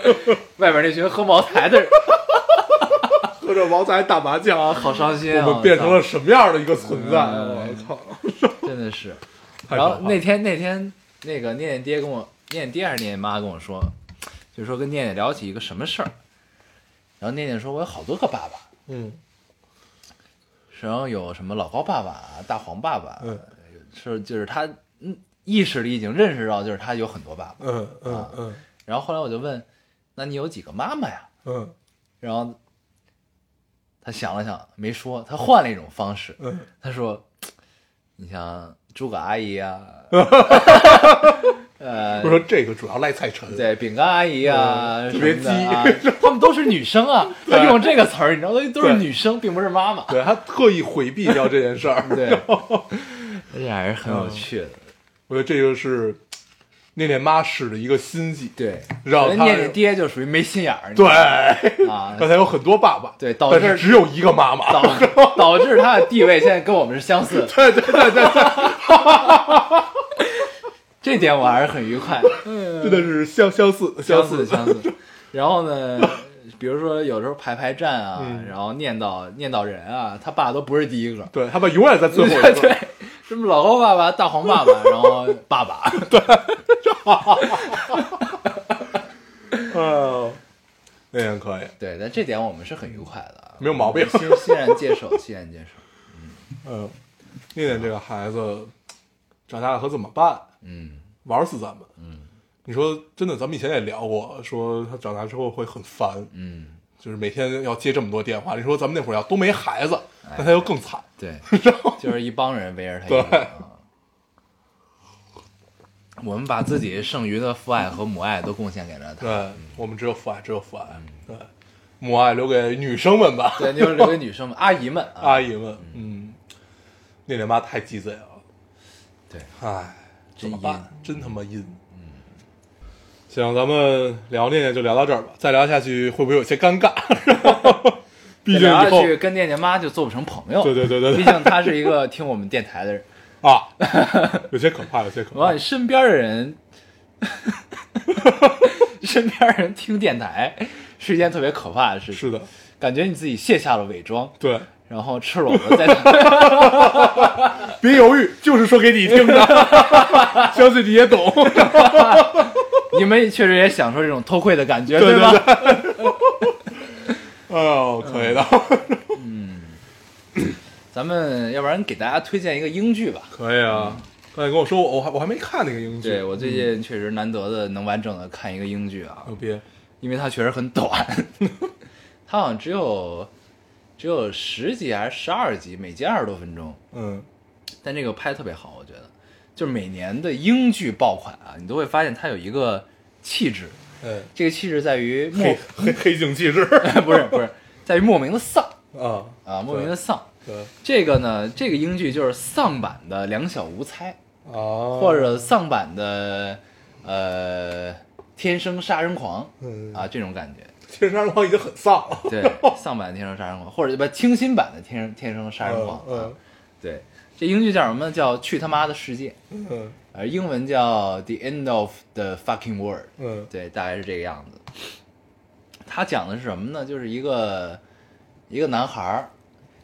S1: 外边儿那群喝茅台的人，
S2: 喝着茅台打麻将，
S1: 啊，好伤心啊！
S2: 我们变成了
S1: 操
S2: 什么样的一个存在？
S1: 嗯
S2: 我操！
S1: (laughs) 真的是。
S2: 太可怕
S1: 然
S2: 了
S1: 后那天那天那个念念爹跟我念念爹还是念念妈跟我说，就是说跟念念聊起一个什么事儿，然后念念说我有好多个爸爸，
S2: 嗯
S1: 然后有什么老高爸爸、大黄爸爸，
S2: 嗯
S1: 是就是他嗯意识里已经认识到，就是他有很多爸爸。
S2: 嗯嗯嗯
S1: 然后后来我就问，那你有几个妈妈呀？
S2: 嗯
S1: 然后他想了想，没说，他换了一种方
S2: (laughs)
S1: 式，
S2: 嗯，
S1: 他说：“你像诸葛阿姨呀、 (laughs) 呃
S2: 我，说这个主要赖蔡晨，
S1: 对，饼干阿姨啊，
S2: 嗯
S1: 什么的
S2: (laughs)
S1: 啊，他们都是女生啊，
S2: 对
S1: 他用这个词儿，你知道吗，都是
S2: 对
S1: 女生，并不是妈
S2: (laughs)
S1: 妈。。
S2: 对他特意回避掉这件事儿
S1: (laughs) 对，这还是很有趣的。
S2: (laughs) 嗯我觉得这就是念念妈使的一个心计。
S1: 对，
S2: 让
S1: 人
S2: 他
S1: 念念爹就属于没心眼儿，你知
S2: 对
S1: 道，吗啊，
S2: (laughs) 刚才有很多爸爸，
S1: 对导致
S2: 但是只有一个妈妈。
S1: 导 (laughs) 导致他的地位现在跟我们是相似的，
S2: (laughs) 对对对对
S1: 这点我还是很愉快
S2: (laughs)
S1: 的。
S2: 对，真的是相嗯相似
S1: 相
S2: 似
S1: 似相似。然后呢，比如说有时候排排站啊，
S2: 嗯
S1: 然后念叨念叨人啊，他爸都不是第一个，
S2: (laughs) 对他们永远在最后一
S1: (laughs) 对
S2: 个。，
S1: 什么老高爸爸、大黄爸爸，然后爸爸， (laughs)
S2: 嗯，那也可以。
S1: 对，但这点我们是很愉快的啊，
S2: 没有毛病
S1: 欣欣然接受，欣然接受，
S2: 嗯，念念这个孩子长大了可怎么办？
S1: 嗯，
S2: 玩死咱们。嗯，你说真的，咱们以前也聊过，说他长大之后会很烦，
S1: 嗯，
S2: 就是每天要接这么多电话。你说咱们那会儿要都没孩子，
S1: 哎
S2: 那他就更惨。
S1: (laughs) 对，就是一帮人围着他一
S2: 对
S1: 个。啊我们把自己剩余的父爱和母爱都贡献给了他，
S2: 对，我们只有父爱，只有父爱。对，母爱留给女生们吧，
S1: (laughs) 对，就是留给女生们、阿姨们啊，
S2: 阿姨们。嗯，念念妈太鸡贼了。
S1: 对，
S2: 唉，
S1: 真
S2: 怎么
S1: 阴
S2: 办？真他妈阴。嗯，行，咱们聊念念就聊到这儿吧，再聊下去会不会有些尴尬？
S1: (laughs)
S2: (laughs) 毕竟
S1: 聊
S2: 以
S1: 下
S2: 后
S1: 去跟念念妈就做不成朋友，
S2: 对对对对对
S1: 毕竟她是一个听我们电台的人，
S2: 啊，有些可怕，有些可
S1: 我
S2: 怕
S1: 你。身边的人， (laughs) 身边的人听电台是一件特别可怕的事情，
S2: 是的，
S1: 感觉你自己卸下了伪装，
S2: 对，
S1: 然后赤裸的在，
S2: 别犹豫，就是说给你听
S1: (laughs)
S2: 的，相信你也懂。
S1: (laughs) 你们确实也享受这种偷窥的感觉，
S2: 对
S1: 吧？
S2: 对。哦，可以的，
S1: 嗯咱们要不然给大家推荐一个英剧吧。
S2: (laughs) 可以啊。刚才跟我说，我还我还没看那个英剧，
S1: 对我最近确实难得的能完整的看一个英剧啊，
S2: 牛逼，
S1: 因为它确实很短， (laughs) 它好像只有只有十集还是十二集，每集二十多分钟，
S2: 嗯
S1: 但这个拍得特别好，我觉得，就是每年的英剧爆款啊，你都会发现它有一个气质，
S2: 嗯，
S1: 这个气质在于莫
S2: 黑黑黑镜气质
S1: (laughs) 不是不是在于莫名的丧
S2: 啊，
S1: 啊，莫名的丧。
S2: 对
S1: 这个呢，这个英剧就是丧版的《两小无猜》，
S2: 啊，
S1: 或者丧版的呃《天生杀人狂》
S2: 嗯
S1: 啊这种感
S2: (laughs)
S1: 觉。
S2: 天山光已经很丧了，
S1: 对，丧版的《天生杀人狂》，或者不清新版的《天生天生 (laughs) 杀人狂》啊
S2: 嗯。
S1: 对，这英剧叫什么？叫《去他妈的世界》，
S2: 嗯嗯
S1: 呃，英文叫《The End of the Fucking World》。
S2: 嗯
S1: 对，大概是这个样子。他讲的是什么呢？就是一个一个男孩儿，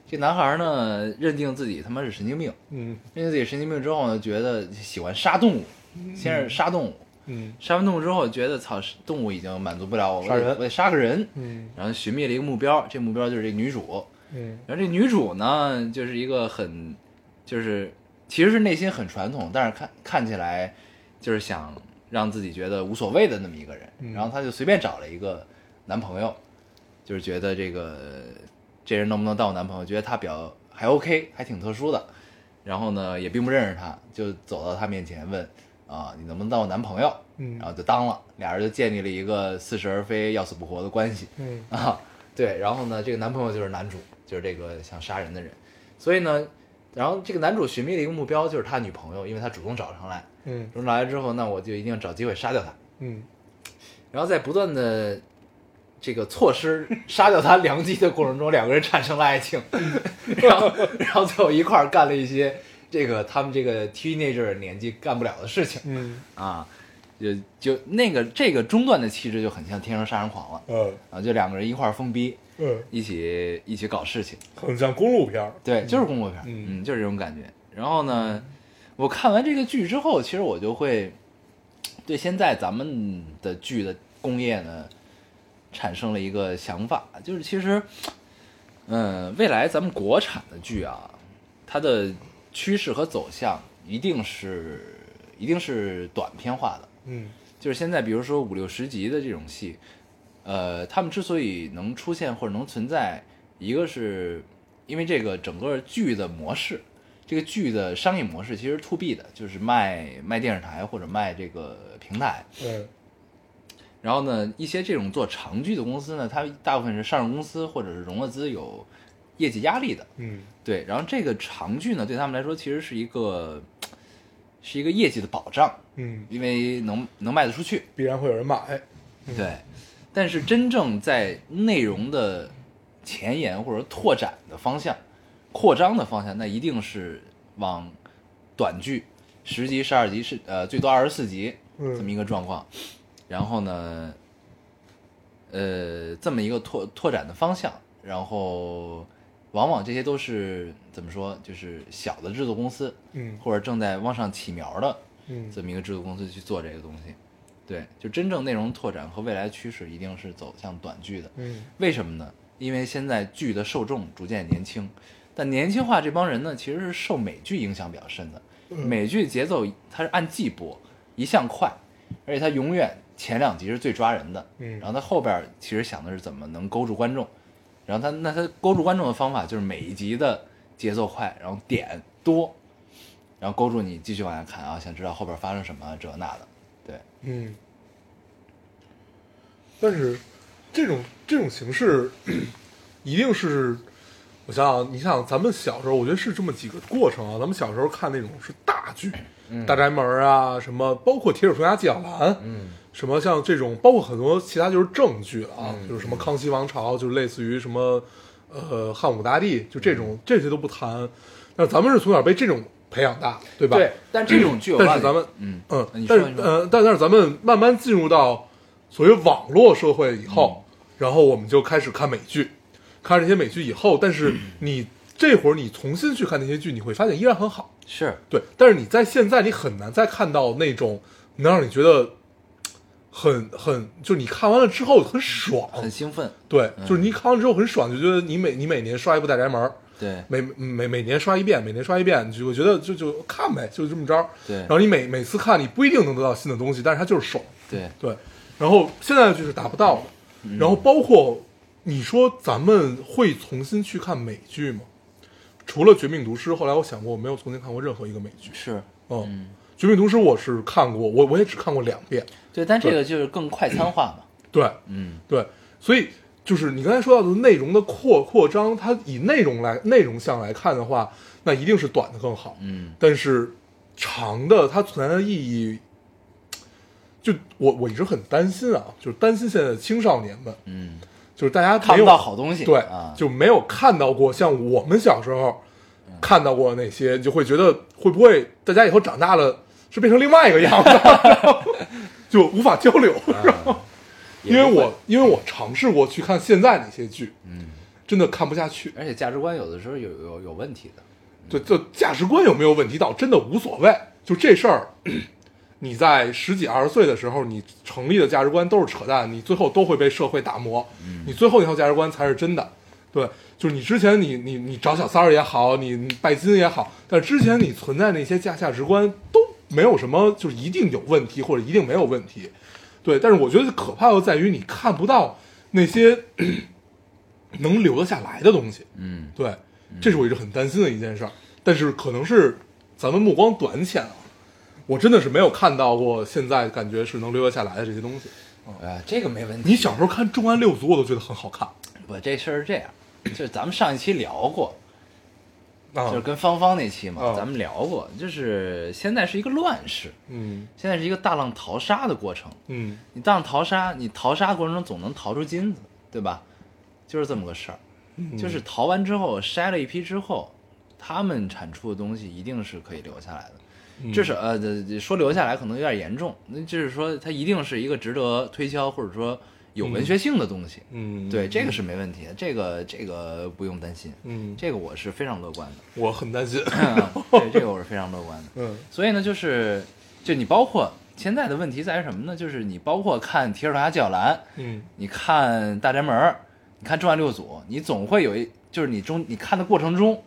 S1: 这男孩儿呢认定自己他妈是神经病，
S2: 嗯
S1: 认定自己神经病之后呢，觉得喜欢杀动物，先是杀动物，
S2: 嗯
S1: 杀完动物之后觉得操，是动物已经满足不了我，我
S2: 杀
S1: 得
S2: 人
S1: 我得杀个人，
S2: 嗯
S1: 然后寻觅了一个目标，这目标就是这个女主，
S2: 嗯
S1: 然后这女主呢就是一个很就是其实是内心很传统，但是看看起来就是想让自己觉得无所谓的那么一个人，
S2: 嗯
S1: 然后她就随便找了一个男朋友，就是觉得这个这人能不能当我男朋友，觉得他比较还 OK，还挺特殊的，然后呢也并不认识他，就走到他面前问啊你能不能当我男朋友？然后
S2: 嗯
S1: 就当了，俩人就建立了一个似是而非、要死不活的关系 (laughs)
S2: 嗯
S1: 啊。对，然后呢，这个男朋友就是男主，就是这个想杀人的人，所以呢，然后这个男主寻觅了一个目标，就是他女朋友，因为他主动找上来，
S2: 嗯
S1: 主动找来之后，那我就一定找机会杀掉他，
S2: 嗯
S1: 然后在不断的这个错失杀掉他良机的过程中，两个人产生了爱情， (laughs) 然后然后最后一块儿干了一些这个他们这个 teenager 年纪干不了的事情
S2: 嗯
S1: 啊，就就那个这个中段的气质就很像《天生杀人狂》了
S2: 呃
S1: 啊，就两个人一块儿疯逼，
S2: 嗯，
S1: 一起一起搞事情，
S2: 很像公路片儿，
S1: 对，就是公路片儿，
S2: 嗯
S1: 嗯，就是这种感觉。然后呢，我看完这个剧之后，其实我就会对现在咱们的剧的工业呢产生了一个想法，就是其实，嗯，未来咱们国产的剧啊，它的趋势和走向一定是一定是短片化的，
S2: 嗯
S1: 就是现在，比如说五六十集的这种戏，呃，他们之所以能出现或者能存在，一个是因为这个整个剧的模式，这个剧的商业模式其实 to B 的，就是卖卖电视台或者卖这个平台。
S2: 嗯
S1: 然后呢，一些这种做长剧的公司呢，它大部分是上市公司或者是融了资有业绩压力的，
S2: 嗯
S1: 对。然后这个长剧呢，对他们来说其实是一个是一个业绩的保障，
S2: 嗯，
S1: 因为能能卖得出去。
S2: 必然会有人买，
S1: 对，但是真正在内容的前沿或者拓展的方向、扩张的方向，那一定是往短剧，十集、十二集是呃最多二十四集
S2: 嗯
S1: 这么一个状况。然后呢，呃，这么一个拓拓展的方向，然后往往这些都是怎么说，就是小的制作公司
S2: 嗯
S1: 或者正在往上起苗的
S2: 嗯
S1: 这么一个制作公司去做这个东西。对，就真正内容拓展和未来趋势一定是走向短剧的。
S2: 嗯
S1: 为什么呢？因为现在剧的受众逐渐年轻，但年轻化这帮人呢，其实是受美剧影响比较深的。美剧节奏它是按季播，一向快，而且它永远前两集是最抓人的，
S2: 嗯
S1: 然后它后边其实想的是怎么能勾住观众，然后它那它勾住观众的方法就是每一集的节奏快，然后点多，然后勾住你继续往下看啊，想知道后边发生什么啊这那的，对，
S2: 嗯，但是这种这种形式一定是。我想想，你想咱们小时候，我觉得是这么几个过程啊。咱们小时候看那种是大剧，大宅门》啊，什么包括《铁齿铜牙纪晓岚》，
S1: 嗯
S2: 什么像这种，包括很多其他就是正剧了啊，
S1: 嗯
S2: 就是什么康熙王朝，就是类似于什么，呃，汉武大帝，就这种、
S1: 嗯
S2: 这些都不谈。但是咱们是从小被这种培养大，对吧？
S1: 对，但这种剧我
S2: 但
S1: 告诉
S2: 是咱
S1: 你
S2: 们
S1: 嗯
S2: 嗯
S1: 你，说
S2: 但是
S1: 你说
S2: 呃，但但是咱们慢慢进入到所谓网络社会以
S1: 嗯
S2: 后，然后我们就开始看美剧，看这些美剧以后，但是你这会儿你重新去看那些剧，你会发现依然很好。
S1: 是
S2: 对，但是你在现在你很难再看到那种能让你觉得很很，就是你看完了之后很爽，
S1: 很兴奋，
S2: 对，
S1: 嗯
S2: 就是你看完之后很爽，就觉得你每你每年刷一部《大宅门》，
S1: 对
S2: 每每每年刷一遍，每年刷一遍，你就觉得就就看呗，就这么着。
S1: 对
S2: 然后你每每次看，你不一定能得到新的东西，但是它就是爽。
S1: 对，
S2: 对，然后现在就是达不到了。
S1: 嗯
S2: 然后包括你说咱们会重新去看美剧吗？除了《绝命毒师》，后来我想过，我没有重新看过任何一个美剧。
S1: 是
S2: 嗯，《绝命毒师》我是看过，我我也只看过两遍。
S1: 对，但这个就是更快餐化嘛，
S2: 对
S1: 嗯，
S2: 对，所以就是你刚才说到的内容的扩扩张，它以内容来内容向来看的话，那一定是短的更好。
S1: 嗯，
S2: 但是长的它存在的意义，就我我一直很担心啊，就是担心现在的青少年们，
S1: 嗯，
S2: 就是大家
S1: 看
S2: 没有
S1: 不到好东西，
S2: 对
S1: 啊，，
S2: 就没有看到过像我们小时候看到过那些，你就会觉得会不会大家以后长大了是变成另外一个样子， (laughs) 然后就无法交流，然
S1: 嗯
S2: 后因为我因为我尝试过去看现在那些剧，嗯，真的看不下去。
S1: 而且价值观有的时候有有有问题的，
S2: 对，就价值观有没有问题倒真的无所谓，就这事儿，你在十几二十岁的时候，你成立的价值观都是扯淡，你最后都会被社会打磨，你最后那套价值观才是真的。对，就是你之前你你你找小三儿也好，你你拜金也好，但之前你存在那些价价值观都没有什么，就是一定有问题或者一定没有问题。对，但是我觉得可怕就在于你看不到那些 (clears throat) 能留得下来的东西。
S1: 嗯，
S2: 对，这是我一直很担心的一件事儿。但是可能是咱们目光短浅啊，我真的是没有看到过现在感觉是能留得下来的这些东西。
S1: 呃，这个没问题。
S2: 你小时候看《重案六族》，我都觉得很好看
S1: 我这事儿是这样，就是咱们上一期聊过，
S2: 啊
S1: 就是跟芳芳那期嘛
S2: 嗯，
S1: 咱们聊过，就是现在是一个乱世，
S2: 嗯
S1: 现在是一个大浪淘沙的过程。
S2: 嗯
S1: 你大浪淘沙，你淘沙过程中总能淘出金子，对吧？就是这么个事儿。
S2: 嗯
S1: 就是淘完之后筛了一批之后，他们产出的东西一定是可以留下来的。
S2: 嗯
S1: 至少呃，这说留下来可能有点严重，那就是说它一定是一个值得推销或者说有文学性的东西。
S2: 嗯，
S1: 对，这个是没问题的，这个这个不用担心，
S2: 嗯，
S1: 这个我是非常乐观的，
S2: 我很
S1: (laughs)
S2: 担心，
S1: 对，这个我是非常乐观的。
S2: 嗯
S1: 所以呢，就是就你包括现在的问题在于什么呢？就是你包括看提尔塔角兰，
S2: 嗯
S1: 你看大宅门儿，你看重案六组，你总会有一就是你中你看的过程中，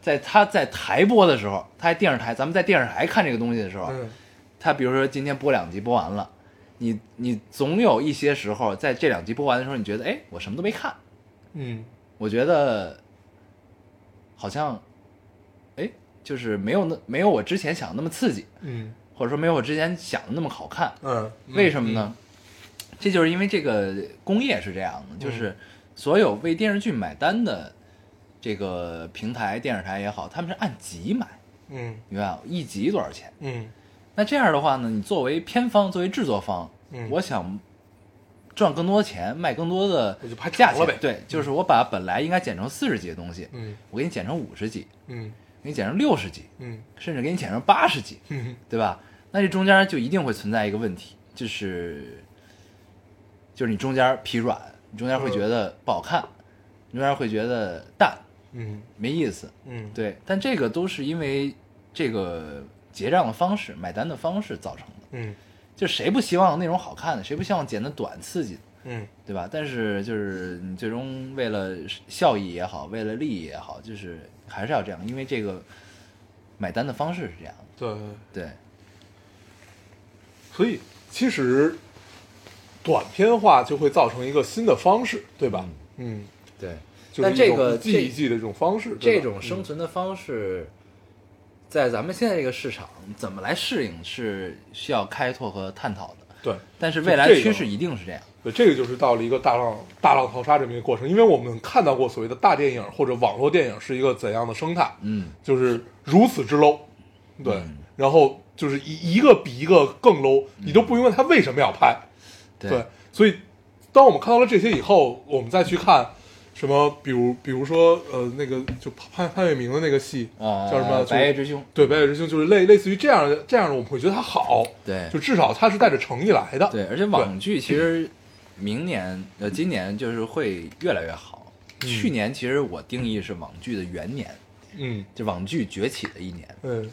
S1: 在他在台播的时候，他在电视台，咱们在电视台看这个东西的时候，
S2: 嗯
S1: 他比如说今天播两集播完了，你你总有一些时候在这两集播完的时候，你觉得哎，我什么都没看，
S2: 嗯
S1: 我觉得好像哎，就是没有那没有我之前想的那么刺激，
S2: 嗯
S1: 或者说没有我之前想的那么好看。
S2: 嗯
S1: 为什么呢？这就是因为这个工业是这样的，就是所有为电视剧买单的这个平台、电视台也好，他们是按集买，
S2: 嗯
S1: 明白吗？一集多少钱？
S2: 嗯
S1: 那这样的话呢，你作为片方，作为制作方，
S2: 嗯
S1: 我想赚更多钱，卖更多的
S2: 我就拍
S1: 价
S2: 长
S1: 钱
S2: 了呗
S1: 对，就是我把本来应该剪成四十集的东西，
S2: 嗯
S1: 我给你剪成五十集，
S2: 嗯
S1: 给你剪成六十集，
S2: 嗯
S1: 甚至给你剪成八十集，
S2: 嗯
S1: 对吧？那这中间就一定会存在一个问题，就是就是你中间疲软，你中间会觉得不好看，你中间会觉得淡
S2: 嗯
S1: 没意思，
S2: 嗯，
S1: 对。但这个都是因为这个结账的方式、买单的方式造成的。
S2: 嗯
S1: 就谁不希望内容好看的，谁不希望剪的短刺激的，
S2: 嗯
S1: 对吧？但是就是你最终为了效益也好，为了利益也好，就是还是要这样，因为这个买单的方式是这样的。
S2: 对，
S1: 对，
S2: 所以其实短片化就会造成一个新的方式，对吧？嗯，
S1: 对，
S2: 就
S1: 但
S2: 是
S1: 这
S2: 一种
S1: 个
S2: 一季
S1: 这
S2: 一季的这种方式，对
S1: 这
S2: 吧
S1: 种生存的方式，在咱们现在这个市场怎么来适应是需要开拓和探讨的，
S2: 对。
S1: 但是未来
S2: 就这个
S1: 趋势一定是这样。
S2: 对，这个就是到了一个大浪大浪淘沙这么一个过程，因为我们看到过所谓的大电影或者网络电影是一个怎样的生态，
S1: 嗯，
S2: 就是如此之 low，对，然后就是一一个比一个更 low，你都不明白他为什么要拍，
S1: 对，
S2: 所以当我们看到了这些以后，我们再去看什么，比如比如说呃那个就潘潘粤明的那个戏，
S1: 呃，
S2: 叫什么？
S1: 白夜
S2: 就是
S1: 之凶，
S2: 对，白夜之星就是类类似于这样的这样的，我们会觉得它好，
S1: 对
S2: 就至少它是带着诚意来的，
S1: 对，而且网剧其实明年呃今年就是会越来越好。去年其实我定义是网剧的元年，
S2: 嗯
S1: 就网剧崛起的一年，
S2: 嗯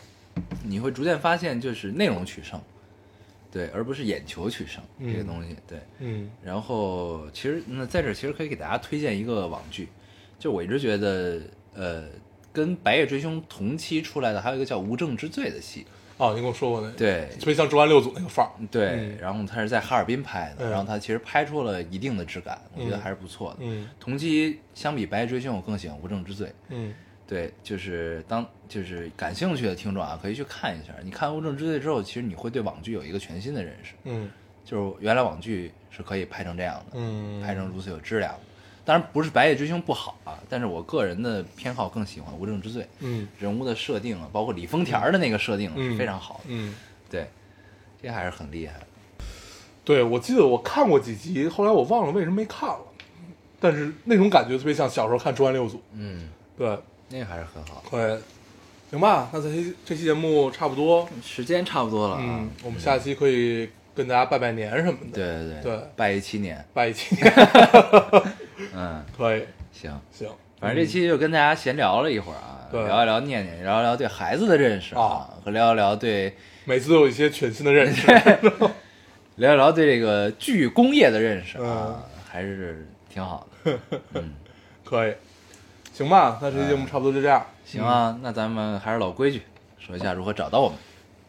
S1: 你会逐渐发现就是内容取胜，对，而不是眼球取胜这个东西，对。
S2: 嗯
S1: 然后其实那在这儿其实可以给大家推荐一个网剧，就我一直觉得呃跟《白夜追凶》同期出来的还有一个叫《无证之罪》的戏，
S2: 哦，你跟我说过那个，
S1: 对
S2: 特别像《重案六组》那个范儿，
S1: 对，然后它是在哈尔滨拍的，
S2: 嗯
S1: 然后它其实拍出了一定的质感，我觉得
S2: 嗯
S1: 还是不错的。
S2: 嗯
S1: 同期相比《白夜追凶》，我更喜欢《无证之罪》。
S2: 嗯
S1: 对，就是当就是感兴趣的听众啊，可以去看一下。你看《无证之罪》之后，其实你会对网剧有一个全新的认识，
S2: 嗯
S1: 就是原来网剧是可以拍成这样的。
S2: 嗯，
S1: 拍成如此有质量的。当然不是《白夜追凶》不好啊，但是我个人的偏好更喜欢《无证之罪》。
S2: 嗯
S1: 人物的设定啊，包括李丰田儿的那个设定啊
S2: 嗯
S1: 是非常好的，
S2: 嗯，
S1: 对，这还是很厉害的。
S2: 对，我记得我看过几集，后来我忘了为什么没看了，但是那种感觉特别像小时候看《重案六组》，
S1: 嗯，
S2: 对，
S1: 那个还是很好。
S2: 对，行吧，那这期这期节目差不多，
S1: 时间差不多了啊，
S2: 嗯，我们下期可以跟大家拜拜年什么的，
S1: 对对
S2: 对
S1: 拜一七年，
S2: 拜一期 (laughs) 年，
S1: 嗯，
S2: 可以，
S1: 行，
S2: 行，
S1: 反正这期就跟大家闲聊了一会儿啊，
S2: 对
S1: 聊一聊念念，聊一聊对孩子的认识啊，和聊一聊对
S2: 每次都有一些全新的认识，
S1: 聊一聊对这个剧工业的认识
S2: 嗯
S1: 啊，还是挺好的。
S2: 可以，行吧，那这期节目差不多就这样。
S1: 行啊，
S2: 嗯
S1: 那咱们还是老规矩，说一下如何找到我们。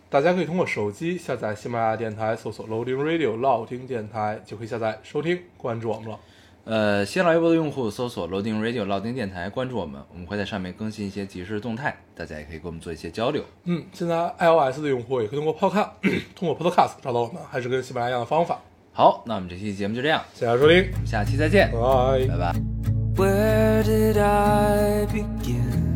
S2: 大家可以通过手机下载喜马拉雅电台，搜索 Loading Radio 老听电台，就可以下载收听，关注我们了。
S1: 呃，新浪微博的用户搜索 Loading Radio 老丁电台，关注我们，我们会在上面更新一些即时动态，大家也可以跟我们做一些交流。
S2: 嗯，现在 iOS 的用户也可以通过 Podcast 通过 Podcast 找到我们，还是跟喜马拉雅一样的方法。
S1: 好，那我们这期节目就这样，
S2: 谢谢大家收听，
S1: 我们下期再见，
S2: 拜
S1: 拜。拜。
S3: Where did I begin?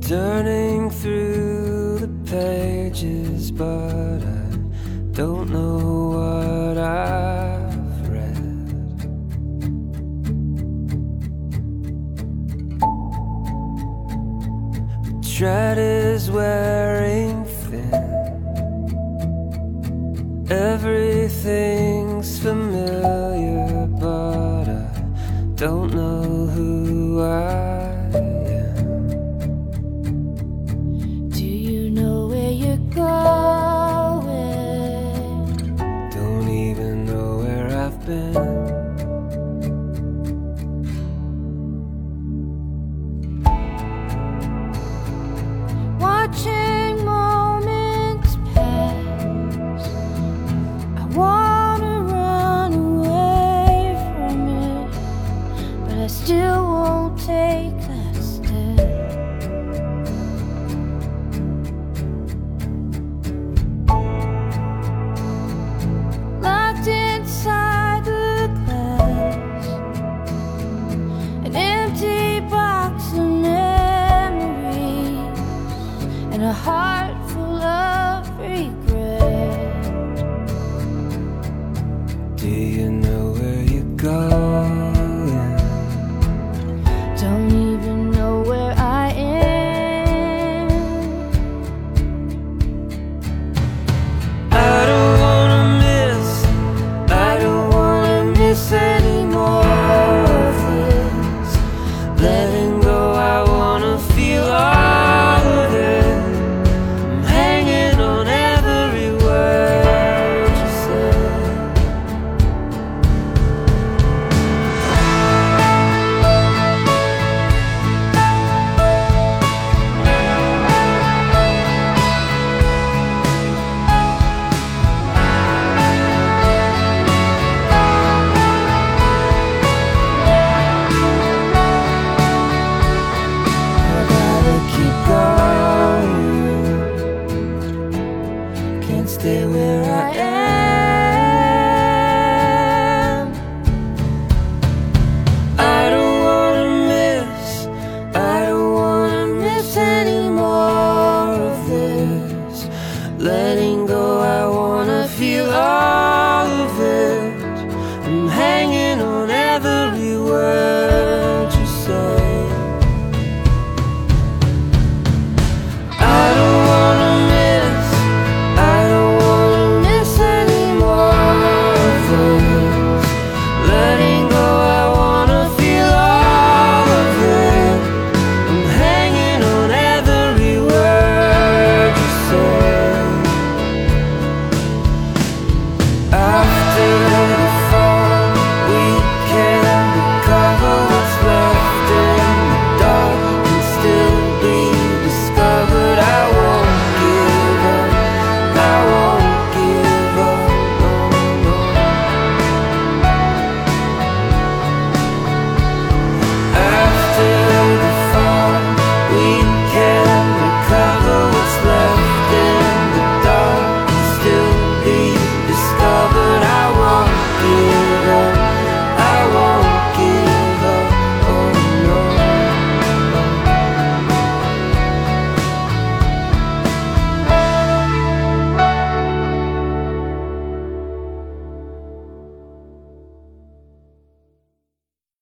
S3: Turning through the pages, but I don't know what I've read. is wearing thin. Everything's familiar, but I don't know who I am.
S4: Do you know where you're going?
S3: Don't even know where I've been.
S4: Watching moments pass. I wanna run away from it, but I still won't take that step. locked inside the glass. An empty box of memories and a heart full of regret.
S3: Do you know Oh,